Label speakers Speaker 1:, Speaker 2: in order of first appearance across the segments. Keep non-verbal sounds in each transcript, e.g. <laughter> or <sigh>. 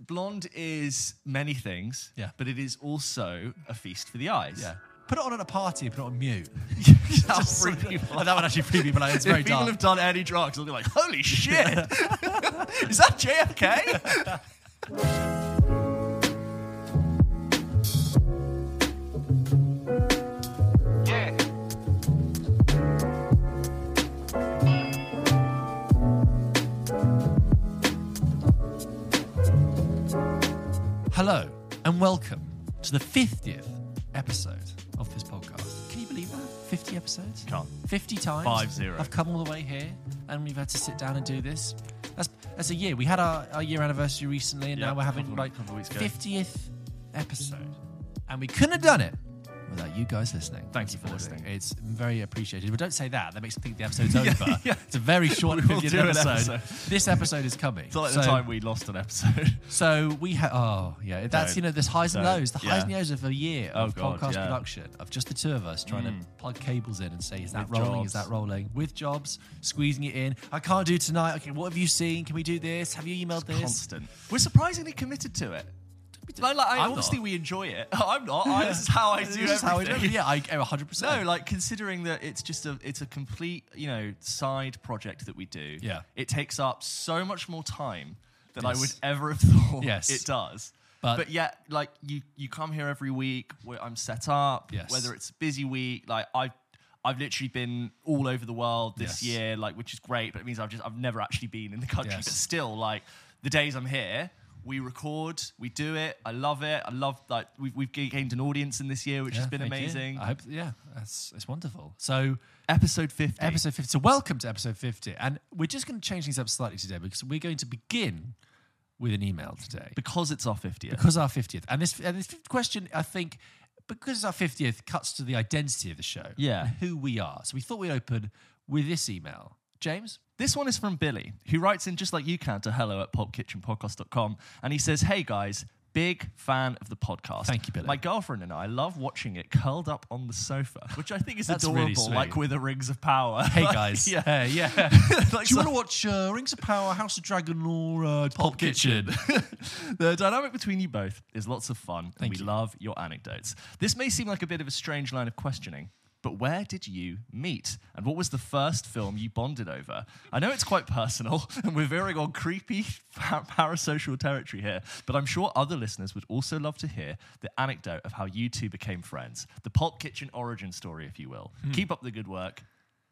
Speaker 1: blonde is many things,
Speaker 2: Yeah.
Speaker 1: but it is also a feast for the eyes. <laughs>
Speaker 2: Yeah. Put it on at a party, put it on mute.
Speaker 1: That'll
Speaker 2: Just
Speaker 1: <laughs> free
Speaker 2: sort of-
Speaker 1: people
Speaker 2: That would actually free people out.
Speaker 1: <laughs>
Speaker 2: It's
Speaker 1: if
Speaker 2: very
Speaker 1: people
Speaker 2: dark.
Speaker 1: have done any drugs, they'll be like, holy shit, is that
Speaker 2: <laughs>
Speaker 1: JFK?
Speaker 3: Yeah.
Speaker 2: Hello and welcome to the 50th episode of this podcast. Can you believe that? 50 episodes?
Speaker 1: <laughs> Can't.
Speaker 2: 50 times.
Speaker 1: Five zero.
Speaker 2: I've come all the way here and we've had to sit down and do this. That's that's a year. We had our, our year anniversary recently and
Speaker 1: Yeah,
Speaker 2: now we're having
Speaker 1: couple-
Speaker 2: like
Speaker 1: couple of weeks ago.
Speaker 2: 50th episode. And we couldn't have done it without you guys listening.
Speaker 1: Thank you for
Speaker 2: It's-
Speaker 1: listening.
Speaker 2: It's very appreciated. But don't say that. That makes me think the episode's over.
Speaker 1: <laughs> yeah.
Speaker 2: It's a very
Speaker 1: <laughs>
Speaker 2: short
Speaker 1: We will
Speaker 2: 50th
Speaker 1: do an
Speaker 2: episode.
Speaker 1: episode.
Speaker 2: This episode is coming.
Speaker 1: It's not like the time we lost an
Speaker 2: <laughs>
Speaker 1: episode.
Speaker 2: so we have. Oh yeah, that's
Speaker 1: Don't.
Speaker 2: you know there's highs and
Speaker 1: Don't.
Speaker 2: lows. The
Speaker 1: Yeah.
Speaker 2: highs and lows of a year
Speaker 1: Oh,
Speaker 2: of
Speaker 1: God,
Speaker 2: podcast
Speaker 1: yeah. Mm.
Speaker 2: production of just the two of us trying to plug cables in and say is that
Speaker 1: With
Speaker 2: rolling? Is
Speaker 1: jobs.
Speaker 2: that rolling? With jobs, squeezing it in. I can't do tonight. Okay, what have you seen? Can we do this? Have you emailed this?
Speaker 1: Constant. We're surprisingly committed to it. Like, like, I,
Speaker 2: I'm
Speaker 1: obviously,
Speaker 2: not.
Speaker 1: we enjoy it. <laughs> I'm not. I, this is how I do
Speaker 2: This
Speaker 1: everything.
Speaker 2: is how I do it. Yeah, I 100.
Speaker 1: No,
Speaker 2: percent
Speaker 1: like considering that it's just a it's a complete you know side project that we do.
Speaker 2: Yeah.
Speaker 1: it takes up so much more time than I would
Speaker 2: Yes.
Speaker 1: ever have thought.
Speaker 2: Yes.
Speaker 1: it does.
Speaker 2: But-
Speaker 1: But, yet, like you, you come here every week. Where I'm set up.
Speaker 2: Yes.
Speaker 1: Whether it's a busy week, like I've, I've literally been all over the world
Speaker 2: Yes.
Speaker 1: this year, like which is great. But it means I've just, I've never actually been in the country.
Speaker 2: Yes.
Speaker 1: But still, like the days I'm here, we record, we do it. I love it. I love like we've we've gained an audience in this year, which has been amazing
Speaker 2: I hope. Yeah, that's it's wonderful. So
Speaker 1: episode 50
Speaker 2: episode 50. So welcome to episode 50, and we're just going to change things up slightly today because we're going to begin with an email today.
Speaker 1: because it's our 50th
Speaker 2: because our 50th and this and this question i think because our 50th cuts to the identity of the show
Speaker 1: Yeah.
Speaker 2: and who we are so we thought we'd open with this email james
Speaker 1: this one is from billy who writes in just like you can to hello at popkitchenpodcast.com and he says hey guys Big fan of the podcast.
Speaker 2: Thank you, Billy.
Speaker 1: My girlfriend and I love watching it curled up on the sofa, which I think is
Speaker 2: That's
Speaker 1: adorable,
Speaker 2: really sweet.
Speaker 1: like with the Rings of Power. <laughs>
Speaker 2: hey
Speaker 1: Like,
Speaker 2: guys
Speaker 1: yeah.
Speaker 2: Hey, <laughs> yeah
Speaker 1: Like,
Speaker 2: do you
Speaker 1: so-
Speaker 2: want to watch uh, rings of power house of dragon or uh, pop, kitchen, <laughs>
Speaker 1: the dynamic between you both is lots of fun, and
Speaker 2: Thank
Speaker 1: we
Speaker 2: you.
Speaker 1: love your anecdotes. This may seem like a bit of a strange line of questioning, but where did you meet? And what was the first film you bonded over? I know it's quite personal, <laughs> and we're veering on creepy par- parasocial territory here, but I'm sure other listeners would also love to hear the anecdote of how you two became friends. The Pulp Kitchen origin story, if you will. Keep up the good work,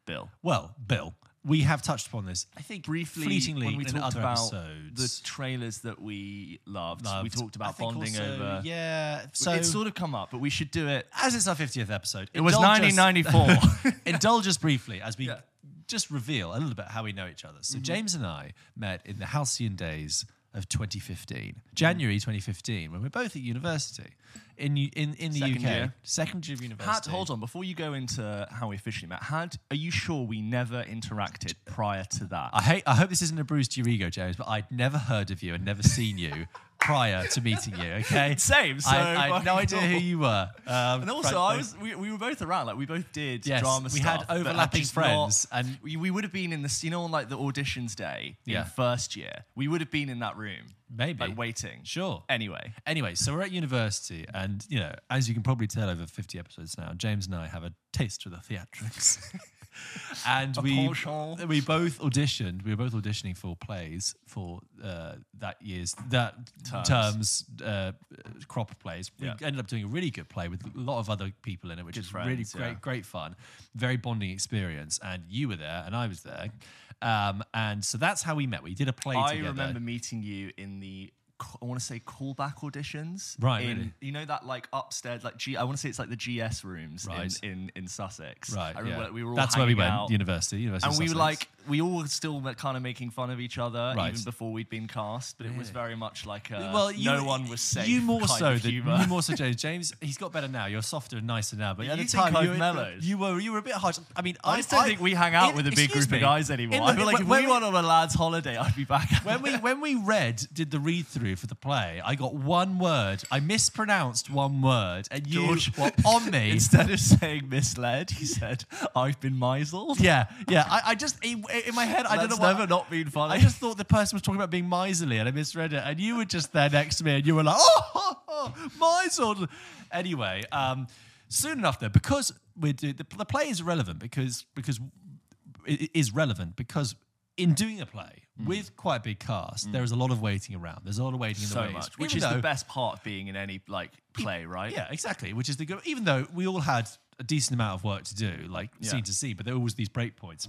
Speaker 1: Bill.
Speaker 2: well bill we have touched upon this i think
Speaker 1: Briefly,
Speaker 2: fleetingly
Speaker 1: when we
Speaker 2: in
Speaker 1: talked
Speaker 2: other
Speaker 1: about
Speaker 2: episodes
Speaker 1: the trailers that we loved, we
Speaker 2: Loved.
Speaker 1: talked
Speaker 2: I
Speaker 1: about
Speaker 2: think
Speaker 1: bonding
Speaker 2: also,
Speaker 1: over.
Speaker 2: yeah so
Speaker 1: it's sort of come up, but we should do it.
Speaker 2: as it's our 50th episode
Speaker 1: It was
Speaker 2: indulge
Speaker 1: <laughs>
Speaker 2: us-
Speaker 1: 1994.
Speaker 2: indulge us briefly as we
Speaker 1: Yeah. Mm-hmm.
Speaker 2: just reveal a little bit how we know each other. So James and I met in the halcyon days of 2015, January 2015, when we were both at university in U- in in the
Speaker 1: Second
Speaker 2: UK,
Speaker 1: year.
Speaker 2: second year of
Speaker 1: had,
Speaker 2: university.
Speaker 1: hold on, before you go into how we officially met, had are you sure we never interacted prior to that?
Speaker 2: I hate. I hope this isn't a bruise to your ego, James, but I'd never heard of you and never
Speaker 1: <laughs>
Speaker 2: seen you prior to meeting you. Okay,
Speaker 1: Same, so
Speaker 2: I, I had no
Speaker 1: fucking
Speaker 2: idea who
Speaker 1: cool.
Speaker 2: you were. Um,
Speaker 1: and also,
Speaker 2: frankly.
Speaker 1: I was we, we were both around, like we both did
Speaker 2: Yes,
Speaker 1: drama
Speaker 2: we
Speaker 1: stuff.
Speaker 2: had
Speaker 1: but
Speaker 2: overlapping
Speaker 1: just
Speaker 2: friends
Speaker 1: not-
Speaker 2: and-
Speaker 1: we, we would have been in this, you know, on like the auditions day
Speaker 2: Yeah.
Speaker 1: in first year, we would have been in that room,
Speaker 2: Maybe.
Speaker 1: like waiting.
Speaker 2: sure.
Speaker 1: Anyway,
Speaker 2: Anyway, so we're at university, and you know, as you can probably tell over fifty episodes now, James and I have a taste for the theatrics, <laughs> and we
Speaker 1: penchant.
Speaker 2: we both auditioned. We were both auditioning for plays for uh, that year's that terms, uh, crop of plays. We
Speaker 1: Yeah.
Speaker 2: ended up doing a really good play with a lot of other people in it, which is really
Speaker 1: friends,
Speaker 2: great,
Speaker 1: yeah.
Speaker 2: great fun, very bonding experience. And you were there, and I was there, um, and so that's how we met. We did a play
Speaker 1: I
Speaker 2: together.
Speaker 1: remember meeting you in the c- I want to say callback auditions,
Speaker 2: Right,
Speaker 1: In,
Speaker 2: really?
Speaker 1: You know that like upstairs, like G. I want to say it's like the GS rooms
Speaker 2: Right.
Speaker 1: in, in in Sussex.
Speaker 2: Right,
Speaker 1: I remember
Speaker 2: yeah.
Speaker 1: like, we were all
Speaker 2: That's where we
Speaker 1: hanging
Speaker 2: went,
Speaker 1: out,
Speaker 2: university, university. of
Speaker 1: and we were
Speaker 2: Sussex.
Speaker 1: like we all were still kind of making fun of each other
Speaker 2: Right.
Speaker 1: even before we'd been cast. But it was
Speaker 2: Really?
Speaker 1: very much like a,
Speaker 2: well, you,
Speaker 1: no one was safe.
Speaker 2: You more
Speaker 1: kind
Speaker 2: so
Speaker 1: of
Speaker 2: than
Speaker 1: humor.
Speaker 2: you more so James. James, he's got better now. You're softer and nicer now, but at
Speaker 1: You
Speaker 2: the
Speaker 1: think
Speaker 2: time
Speaker 1: I've
Speaker 2: you were,
Speaker 1: mellowed?
Speaker 2: you were you were a bit harsh. I mean,
Speaker 1: I just don't think we hang out
Speaker 2: in-
Speaker 1: with a big
Speaker 2: excuse
Speaker 1: group
Speaker 2: me.
Speaker 1: of guys
Speaker 2: In
Speaker 1: anymore.
Speaker 2: the- <laughs>
Speaker 1: I feel like if
Speaker 2: when
Speaker 1: we went on a lads' holiday, I'd be back.
Speaker 2: when we when we read did the read through interview for the play, I got one word. I mispronounced one word, and you
Speaker 1: George.
Speaker 2: were on
Speaker 1: <laughs> <laughs>
Speaker 2: me.
Speaker 1: Instead of saying misled, he said, I've been misled.
Speaker 2: yeah, yeah. I, I just in, in my head, I don't know.
Speaker 1: That's
Speaker 2: why-
Speaker 1: never not been funny.
Speaker 2: I just thought the person was talking about being miserly, and I misread it. And you were just there next to me, and you were like, "Oh, <laughs> ho, ho, miserly." Anyway, um, soon enough, though, because we do the, the play is relevant because because it it is relevant because in doing a play
Speaker 1: Mm.
Speaker 2: with quite a big cast, there is a lot of waiting around. There's a lot of waiting in the
Speaker 1: so
Speaker 2: wings,
Speaker 1: much, which
Speaker 2: even
Speaker 1: is
Speaker 2: though-
Speaker 1: the best part of being in any like play, right?
Speaker 2: yeah, exactly. Which is the good. Even though we all had a decent amount of work to do, like
Speaker 1: Yeah.
Speaker 2: scene to scene, but there were always these break points.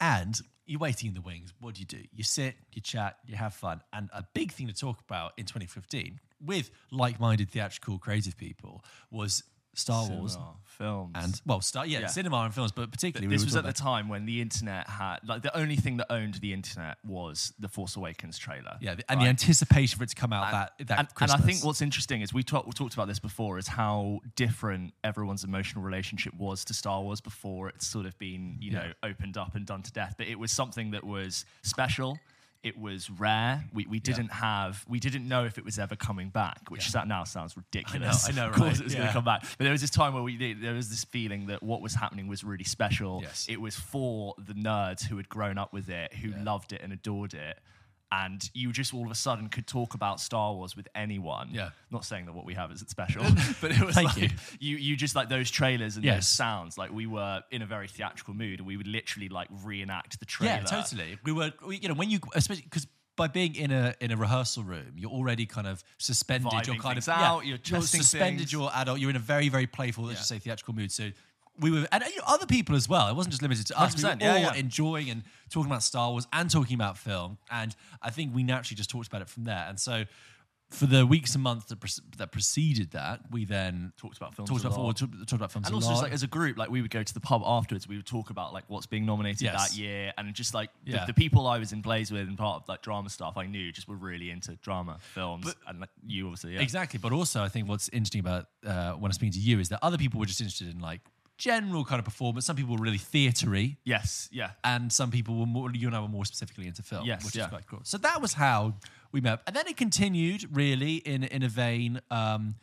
Speaker 2: And you're waiting in the wings. What do you do? You sit, you chat, you have fun. And a big thing to talk about in 2015 with like-minded theatrical creative people was Star Wars
Speaker 1: Cinema, films.
Speaker 2: and well, star, yeah,
Speaker 1: Yeah.
Speaker 2: cinema and films, but particularly we
Speaker 1: this
Speaker 2: were
Speaker 1: was at
Speaker 2: talking
Speaker 1: the time when the internet had like the only thing that owned the internet was the Force Awakens trailer.
Speaker 2: about- yeah, and the
Speaker 1: right?
Speaker 2: anticipation for it to come out that
Speaker 1: and,
Speaker 2: that
Speaker 1: and
Speaker 2: Christmas.
Speaker 1: I think what's interesting is we, talk, we talked about this before is how different everyone's emotional relationship was to Star Wars before it's sort of been you know opened up and done to death. But it was something that was special. It was rare. We, we didn't have we didn't know if it was ever coming back, which that now sounds ridiculous.
Speaker 2: I know,
Speaker 1: of course
Speaker 2: right?
Speaker 1: it was
Speaker 2: Yeah.
Speaker 1: going to come back. But there was this time where we there was this feeling that what was happening was really special.
Speaker 2: Yes.
Speaker 1: It was for the nerds who had grown up with it, who loved it and adored it. And you just all of a sudden could talk about Star Wars with anyone.
Speaker 2: Yeah.
Speaker 1: Not saying that what we have isn't
Speaker 2: <laughs>
Speaker 1: special, <laughs> <laughs> but it was like
Speaker 2: Thank you.
Speaker 1: you. you just like those trailers and
Speaker 2: Yes.
Speaker 1: those sounds. Like we were in a very theatrical mood and we would literally like reenact the trailer.
Speaker 2: Yeah, totally. We were, we, you know, when you, especially because by being in a in a rehearsal room, you're already kind of suspended. you're
Speaker 1: Vibing
Speaker 2: kind of
Speaker 1: things out, you're testing
Speaker 2: suspended.
Speaker 1: things.
Speaker 2: You're adult. You're in a very very playful, let's just say, theatrical mood. So we were, and uh, you know, other people as well. It wasn't just limited to us. We were
Speaker 1: 100%, yeah,
Speaker 2: all
Speaker 1: yeah.
Speaker 2: enjoying and talking about Star Wars and talking about film. And I think we naturally just talked about it from there. And so. For the weeks and months that, pre- that preceded that, we then
Speaker 1: Talked about films
Speaker 2: talked
Speaker 1: a
Speaker 2: about,
Speaker 1: lot.
Speaker 2: talked talked about films,
Speaker 1: And
Speaker 2: a
Speaker 1: also,
Speaker 2: lot.
Speaker 1: just like as a group, like we would go to the pub afterwards. We would talk about like what's being nominated
Speaker 2: Yes.
Speaker 1: that year, and just like the-
Speaker 2: Yeah.
Speaker 1: the, people I was in plays with and part of like drama stuff, I knew just were really into drama films, and like you obviously, yeah.
Speaker 2: Exactly. But also, I think what's interesting about uh, when I'm speaking to you is that other people were just interested in like general kind of performance. Some people were really theatery,
Speaker 1: yes, yeah.
Speaker 2: and some people were more. You and I were more specifically into film,
Speaker 1: Yes,
Speaker 2: which
Speaker 1: yeah.
Speaker 2: is quite cool. So that was how we met, and then it continued really in in a vein um,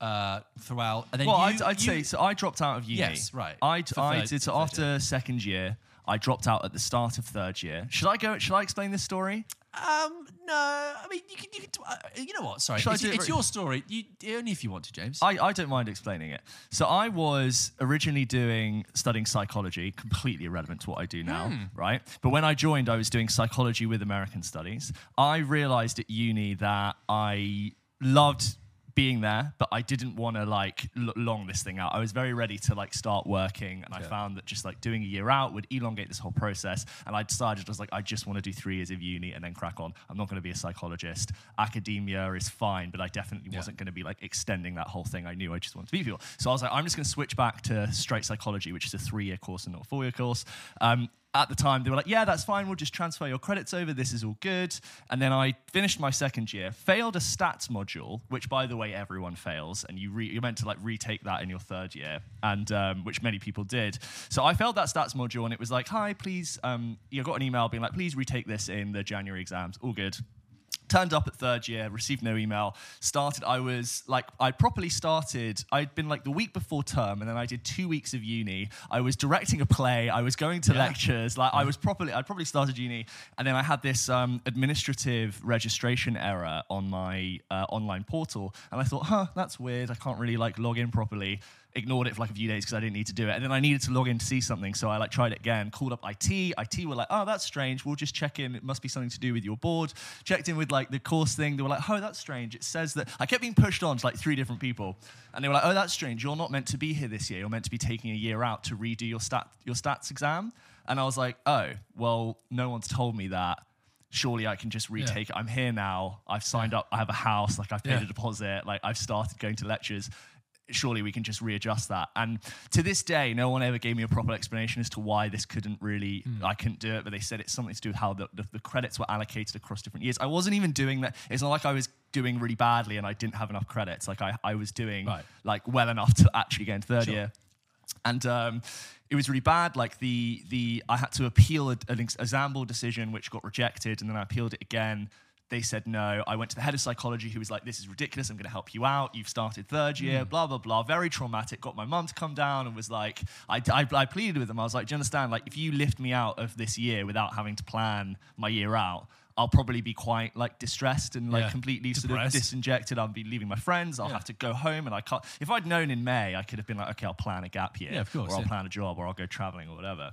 Speaker 2: uh, throughout. And then
Speaker 1: Well,
Speaker 2: you,
Speaker 1: I'd, I'd
Speaker 2: you-
Speaker 1: say so. I dropped out of uni.
Speaker 2: Yes, right.
Speaker 1: I
Speaker 2: For
Speaker 1: I
Speaker 2: third-
Speaker 1: did so
Speaker 2: for third
Speaker 1: after second year. I dropped out at the start of third year. Should I go? Should I explain this story?
Speaker 2: um, no, I mean you can you can uh, you know what? Sorry,
Speaker 1: Shall I
Speaker 2: it's,
Speaker 1: do it
Speaker 2: it's
Speaker 1: very-
Speaker 2: your story. You only if you want to, James.
Speaker 1: I, I don't mind explaining it. So I was originally doing studying psychology, completely irrelevant to what I do now, right? But when I joined, I was doing psychology with American studies. I realized at uni that I loved being there, but I didn't want to like l- long this thing out. I was very ready to like start working, and I found that just like doing a year out would elongate this whole process. And I decided I was like, I just want to do three years of uni and then crack on. I'm not going to be a psychologist. Academia is fine, but I definitely wasn't going to be like extending that whole thing. I knew I just wanted to be people. So I was like, I'm just going to switch back to straight psychology, which is a three year course and not a four year course. Um, at the time, they were like, yeah, that's fine. We'll just transfer your credits over. This is all good. And then I finished my second year, failed a stats module, which, by the way, everyone fails. And you re- you're meant to like retake that in your third year, and um, which many people did. So I failed that stats module, and it was like, hi, please, um, you got an email being like, please retake this in the January exams. All good turned up at third year received no email started i was like i properly started i'd been like the week before term and then i did two weeks of uni i was directing a play i was going to lectures like i was properly i probably started uni and then i had this um, administrative registration error on my uh, online portal and i thought huh that's weird i can't really like log in properly ignored it for like a few days because I didn't need to do it. And then I needed to log in to see something. So I like tried it again, called up IT. IT were like, oh, that's strange. We'll just check in. It must be something to do with your board. Checked in with like the course thing. They were like, oh, that's strange. It says that I kept being pushed on to like three different people. And they were like, oh, that's strange. You're not meant to be here this year. You're meant to be taking a year out to redo your stat your stats exam. And I was like, oh, well, no one's told me that. Surely I can just retake it. I'm here now. I've signed up. I have a house. Like I've paid
Speaker 2: Yeah.
Speaker 1: a deposit. Like I've started going to lectures surely we can just readjust that. And to this day, no one ever gave me a proper explanation as to why this couldn't really,
Speaker 2: Hmm.
Speaker 1: I couldn't do it, but they said it's something to do with how the, the, the credits were allocated across different years. I wasn't even doing that. It's not like I was doing really badly and I didn't have enough credits. Like I, I was doing
Speaker 2: Right.
Speaker 1: like well enough to actually get into third year and um, it was really bad. Like the the I had to appeal a- an ex- a Zamble decision, which got rejected, and then I appealed it again. They said no. I went to the head of psychology who was like, This is ridiculous. I'm going to help you out. You've started third year,
Speaker 2: Hmm.
Speaker 1: blah, blah, blah. Very traumatic. Got my mum to come down and was like, I, I, I pleaded with them. I was like, Do you understand? Like, if you lift me out of this year without having to plan my year out, I'll probably be quite like distressed and like
Speaker 2: Yeah.
Speaker 1: completely sort of
Speaker 2: Depressed.
Speaker 1: disinjected. I'll be leaving my friends. I'll have to go home, and I can't. If I'd known in May, I could have been like, okay, I'll plan a gap year,
Speaker 2: Yeah, of course,
Speaker 1: or I'll
Speaker 2: yeah.
Speaker 1: plan a job, or I'll go traveling, or whatever.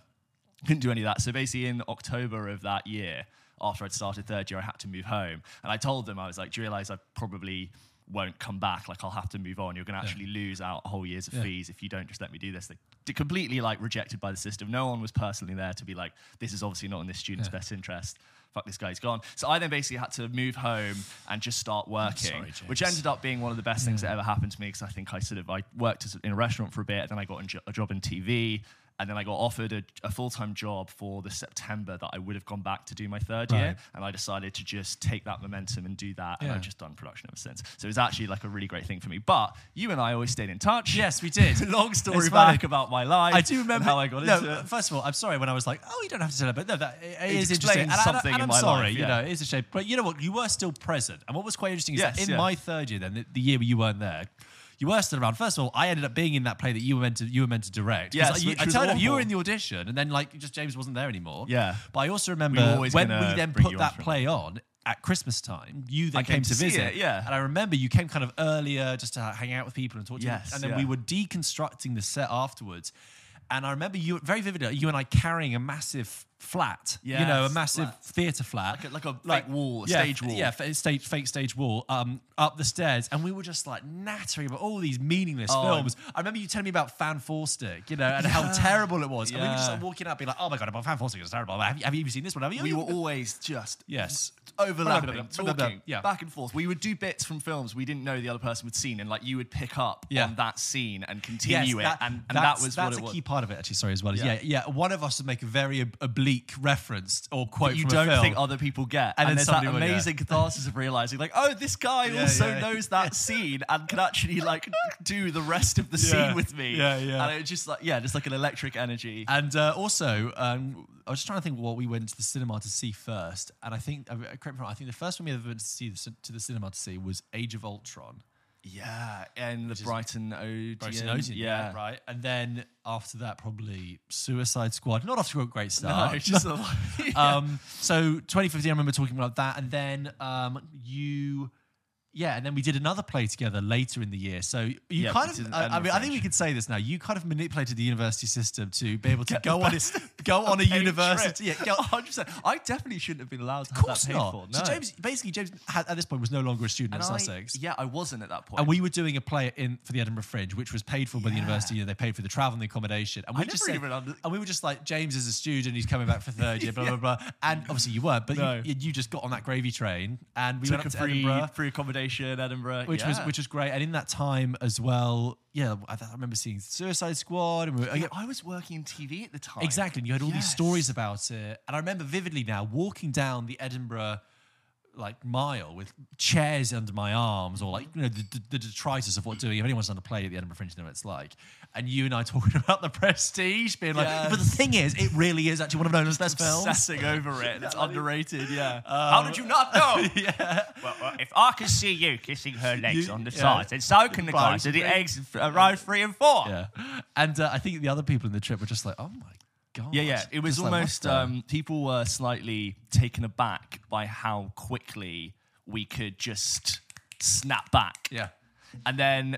Speaker 1: Couldn't do any of that. So basically, in October of that year, after I'd started third year, I had to move home, and I told them I was like, do you realize I probably won't come back? Like, I'll have to move on. You're going to actually lose out whole years of fees if you don't just let me do this. They d- completely like rejected by the system. No one was personally there to be like, this is obviously not in this student's best interest. Fuck, this guy's gone. So I then basically had to move home and just start working,
Speaker 2: sorry,
Speaker 1: which
Speaker 2: James.
Speaker 1: ended ended up being one of the best things that ever happened to me because I think I sort of I worked as, in a restaurant for a bit, then I got in jo- a job in TV, and then I got offered a, a full time job for the September that I would have gone back to do my third year,
Speaker 2: Right.
Speaker 1: and I decided to just take that momentum and do that, and
Speaker 2: Yeah.
Speaker 1: I've just done production ever since. So it was actually like a really great thing for me. But you and I always stayed in touch.
Speaker 2: Yes, we did.
Speaker 1: <laughs> Long story
Speaker 2: It's funny.
Speaker 1: back about my life.
Speaker 2: I do remember
Speaker 1: and how I got
Speaker 2: no,
Speaker 1: into it.
Speaker 2: First of all, I'm sorry when I was like, "Oh, you don't have to celebrate." No, that it, it
Speaker 1: It
Speaker 2: is interesting.
Speaker 1: explains
Speaker 2: And, I-
Speaker 1: something
Speaker 2: and
Speaker 1: in
Speaker 2: I'm
Speaker 1: my
Speaker 2: sorry,
Speaker 1: life,
Speaker 2: you
Speaker 1: yeah.
Speaker 2: know, it is a shame. But you know what? You were still present, and what was quite interesting is
Speaker 1: Yes,
Speaker 2: that in
Speaker 1: yeah.
Speaker 2: my third year, then the, the year you weren't there. You were still around. First of all, I ended up being in that play that you were meant to you were meant to direct. 'Cause
Speaker 1: Yes,
Speaker 2: I- you,
Speaker 1: which
Speaker 2: I
Speaker 1: was
Speaker 2: turned up, you were
Speaker 1: awful.
Speaker 2: in the audition, and then like just James wasn't there anymore.
Speaker 1: Yeah.
Speaker 2: But I also
Speaker 1: We were
Speaker 2: remember
Speaker 1: always
Speaker 2: when
Speaker 1: gonna
Speaker 2: we then
Speaker 1: bring
Speaker 2: put
Speaker 1: you on
Speaker 2: that
Speaker 1: for it.
Speaker 2: play on at Christmas time. You then
Speaker 1: I
Speaker 2: came,
Speaker 1: came
Speaker 2: to
Speaker 1: to see
Speaker 2: visit,
Speaker 1: it, yeah.
Speaker 2: And I remember you came kind of earlier just to hang out with people and talk to
Speaker 1: Yes,
Speaker 2: them, and then
Speaker 1: yeah.
Speaker 2: we were deconstructing the set afterwards. And I remember you very vividly, you and I carrying a massive flat, you know, a
Speaker 1: Yes,
Speaker 2: massive
Speaker 1: flat.
Speaker 2: theatre flat,
Speaker 1: Like a- like a fake wall, a
Speaker 2: yeah,
Speaker 1: stage wall.
Speaker 2: yeah, fa- stage fake stage wall, um, up the stairs, and we were just like nattering about all these meaningless
Speaker 1: Oh, I'm-
Speaker 2: films. I remember you telling me about Fan Four Stick, you know, and how terrible it was, and we were just
Speaker 1: Yeah.
Speaker 2: like walking up, being like, "Oh my god, about Fan Four Stick is terrible. Have you, have you even seen this one? Have you?"
Speaker 1: we were always just
Speaker 2: Yes.
Speaker 1: overlapping,
Speaker 2: Blah, blah, blah, blah,
Speaker 1: talking,
Speaker 2: blah, yeah.
Speaker 1: back and forth. We would do bits from films we didn't know the other person would seen, and like you would pick up
Speaker 2: Yeah.
Speaker 1: on that scene and
Speaker 2: Yes,
Speaker 1: continue
Speaker 2: that-
Speaker 1: it, and, and that
Speaker 2: that's-
Speaker 1: was
Speaker 2: that's
Speaker 1: what it
Speaker 2: a
Speaker 1: was.
Speaker 2: key part of it. Actually, sorry as well. Is, yeah.
Speaker 1: Yeah.
Speaker 2: yeah, One of us would make a very ob- oblique reference or quote
Speaker 1: you
Speaker 2: from a
Speaker 1: don't
Speaker 2: film.
Speaker 1: think other people get, and,
Speaker 2: And then
Speaker 1: there's that
Speaker 2: somebody will, yeah.
Speaker 1: amazing catharsis of realizing, like, oh, this guy
Speaker 2: Yeah,
Speaker 1: also
Speaker 2: <laughs> yeah.
Speaker 1: knows that scene and can actually like do the rest of the
Speaker 2: Yeah.
Speaker 1: scene with me.
Speaker 2: Yeah, yeah.
Speaker 1: And it's just like, yeah, just like an electric energy.
Speaker 2: And uh, also, um, I was just trying to think what we went to the cinema to see first. And I think, uh, correct me if I'm wrong, I think the first one we ever went to see the, cin- to the cinema to see was Age of Ultron.
Speaker 1: yeah, and the
Speaker 2: is-
Speaker 1: Brighton Odeon.
Speaker 2: Brighton Odeon,
Speaker 1: yeah.
Speaker 2: right. And then after that, probably Suicide Squad. Not off to a great
Speaker 1: <laughs>
Speaker 2: start.
Speaker 1: No, <laughs>
Speaker 2: <laughs>
Speaker 1: just a lot.
Speaker 2: um, so 2015, I remember talking about that, and then um, you, yeah, and then we did another play together later in the year. So you
Speaker 1: Yeah,
Speaker 2: kind
Speaker 1: we did
Speaker 2: of,
Speaker 1: an
Speaker 2: I, I
Speaker 1: annual
Speaker 2: mean, I think we
Speaker 1: French.
Speaker 2: could say this now. You kind of manipulated the university system to be able to
Speaker 1: the
Speaker 2: go on, a,
Speaker 1: best
Speaker 2: go <laughs> on a
Speaker 1: paid
Speaker 2: university. Yeah,
Speaker 1: trip. <laughs>
Speaker 2: go,
Speaker 1: 100%. I definitely shouldn't have been allowed to
Speaker 2: of
Speaker 1: have that
Speaker 2: course
Speaker 1: paid
Speaker 2: not.
Speaker 1: for. No.
Speaker 2: So James, basically, James had, at this point was no longer a student
Speaker 1: And
Speaker 2: at
Speaker 1: I-
Speaker 2: Sussex.
Speaker 1: yeah, I wasn't at that point.
Speaker 2: And we were doing a play in for the Edinburgh Fringe, which was paid for by the
Speaker 1: Yeah.
Speaker 2: university. and They paid for the travel and the accommodation. And we
Speaker 1: never
Speaker 2: just said,
Speaker 1: even under-
Speaker 2: and we were just like, James is a student. He's coming back for third
Speaker 1: <laughs>
Speaker 2: year. Blah blah blah. And obviously you weren't, but
Speaker 1: No.
Speaker 2: you, you just got on that gravy train, and we
Speaker 1: took
Speaker 2: went
Speaker 1: a
Speaker 2: up to
Speaker 1: free,
Speaker 2: Edinburgh,
Speaker 1: free accommodation, Edinburgh.
Speaker 2: which was
Speaker 1: yeah.
Speaker 2: which was great. And in that time as well, yeah, I, th- I remember seeing Suicide Squad. And we were,
Speaker 1: Yeah, I was working in TV at the time.
Speaker 2: uh, Exactly. And you had all these
Speaker 1: Yes.
Speaker 2: stories about it. And I remember vividly now walking down the Edinburgh like mile with chairs under my arms or like you know the, the detritus of what doing if anyone's done a play at the Edinburgh Fringe they know what it's like and you and I <laughs> talking about the prestige being like but the
Speaker 1: Yes.
Speaker 2: thing is it really is actually one of Nolan's best films Um,
Speaker 1: Obsessing over
Speaker 2: <laughs>
Speaker 1: it. It's underrated, yeah. How did you not know?
Speaker 2: yeah
Speaker 3: Well, well, if I can see you kissing her legs
Speaker 2: You-
Speaker 3: on the
Speaker 2: yeah.
Speaker 3: sides, and so can the
Speaker 2: Right.
Speaker 3: guys at the eggs at row three and four.
Speaker 2: yeah and uh, I think the other people in the trip were just like oh my god
Speaker 1: Yeah, yeah. It was
Speaker 2: Just like, what
Speaker 1: almost
Speaker 2: the-
Speaker 1: um, people were slightly taken aback by how quickly we could just snap back.
Speaker 2: yeah
Speaker 1: And then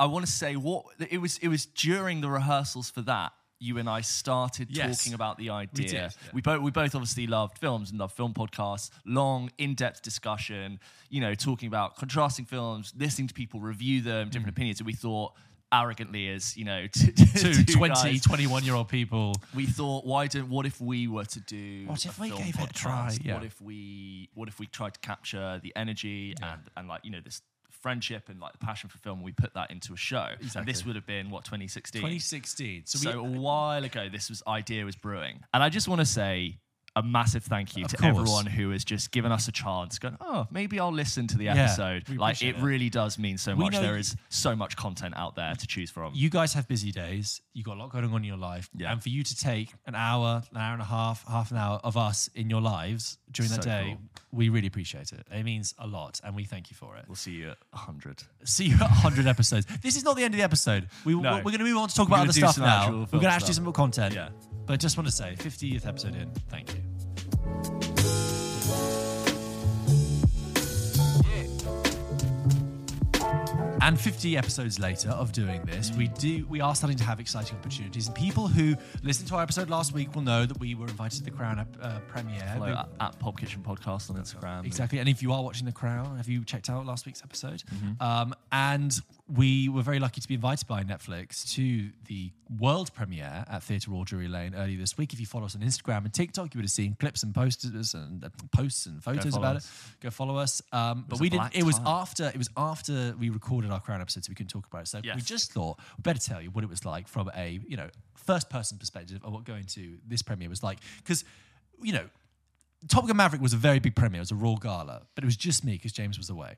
Speaker 1: I want to say what it was. It was during the rehearsals for that you and I started
Speaker 2: Yes.
Speaker 1: talking about the idea.
Speaker 2: did, yeah.
Speaker 1: We both we both obviously loved films and loved film podcasts. Long, in-depth discussion. You know, talking about contrasting films, listening to people review them, different opinions. And we thought arrogantly as you know, <laughs> t- t-
Speaker 2: Mm.
Speaker 1: <laughs>
Speaker 2: two
Speaker 1: two
Speaker 2: 20
Speaker 1: guys,
Speaker 2: 21 year old people
Speaker 1: we thought, why don't? What if we were to do?
Speaker 2: What if
Speaker 1: a
Speaker 2: we
Speaker 1: film
Speaker 2: gave it a try?
Speaker 1: podcast?
Speaker 2: Yeah.
Speaker 1: What if we? What if we tried to capture the energy and and like you know this friendship and like the passion for film? and We put that into a show. And
Speaker 2: Exactly.
Speaker 1: this would have been what 2016.
Speaker 2: 2016 so,
Speaker 1: so
Speaker 2: we
Speaker 1: a while ago, this was idea was brewing, and I just want to say. A massive thank you to everyone who has just given us a chance. Going, oh, maybe I'll listen to the episode.
Speaker 2: we
Speaker 1: like
Speaker 2: appreciate
Speaker 1: it
Speaker 2: it.
Speaker 1: really does mean so
Speaker 2: We
Speaker 1: much.
Speaker 2: know
Speaker 1: There
Speaker 2: you-
Speaker 1: is so much content out there to choose from.
Speaker 2: you guys have busy days. You got a lot going on in your life,
Speaker 1: Yeah.
Speaker 2: and for you to take an hour, an hour and a half, half an hour of us in your lives during that
Speaker 1: So
Speaker 2: day,
Speaker 1: cool.
Speaker 2: we really appreciate it. It means a lot, and we thank you for it.
Speaker 1: We'll see you at 100.
Speaker 2: See you at 100 episodes. This is not the end of the episode. We,
Speaker 1: No.
Speaker 2: We're going to move on to talk
Speaker 1: We're
Speaker 2: about
Speaker 1: gonna
Speaker 2: other
Speaker 1: do
Speaker 2: stuff
Speaker 1: some
Speaker 2: now.
Speaker 1: actual
Speaker 2: We're
Speaker 1: film
Speaker 2: going to actually
Speaker 1: stuff.
Speaker 2: do some more content.
Speaker 1: Yeah.
Speaker 2: But just want to say, 50th episode in, thank you. And 50 episodes later of doing this, we do we are starting to have exciting opportunities. And people who listened to our episode last week will know that we were invited to the Crown uh, premiere.
Speaker 1: Hello,
Speaker 2: We-
Speaker 1: at, at Pop Kitchen Podcast on Instagram.
Speaker 2: Exactly. And if you are watching The Crown, have you checked out last week's episode?
Speaker 1: Mm-hmm.
Speaker 2: Um, and we were very lucky to be invited by Netflix to the world premiere at Theatre Royal Drury Lane earlier this week. If you follow us on Instagram and TikTok, you would have seen clips and posters and uh, posts and photos
Speaker 1: follow
Speaker 2: about
Speaker 1: us.
Speaker 2: it. Go follow us. Um, but
Speaker 1: was
Speaker 2: we
Speaker 1: a
Speaker 2: didn't.
Speaker 1: black
Speaker 2: It was
Speaker 1: tie.
Speaker 2: after. It was after we recorded our Crown episode, so we couldn't talk about it. So we
Speaker 1: Yes.
Speaker 2: just thought we better tell you what it was like from a you know first person perspective of what going to this premiere was like because you know Top Gun Maverick was a very big premiere. It was a raw gala, but it was just me because James was away.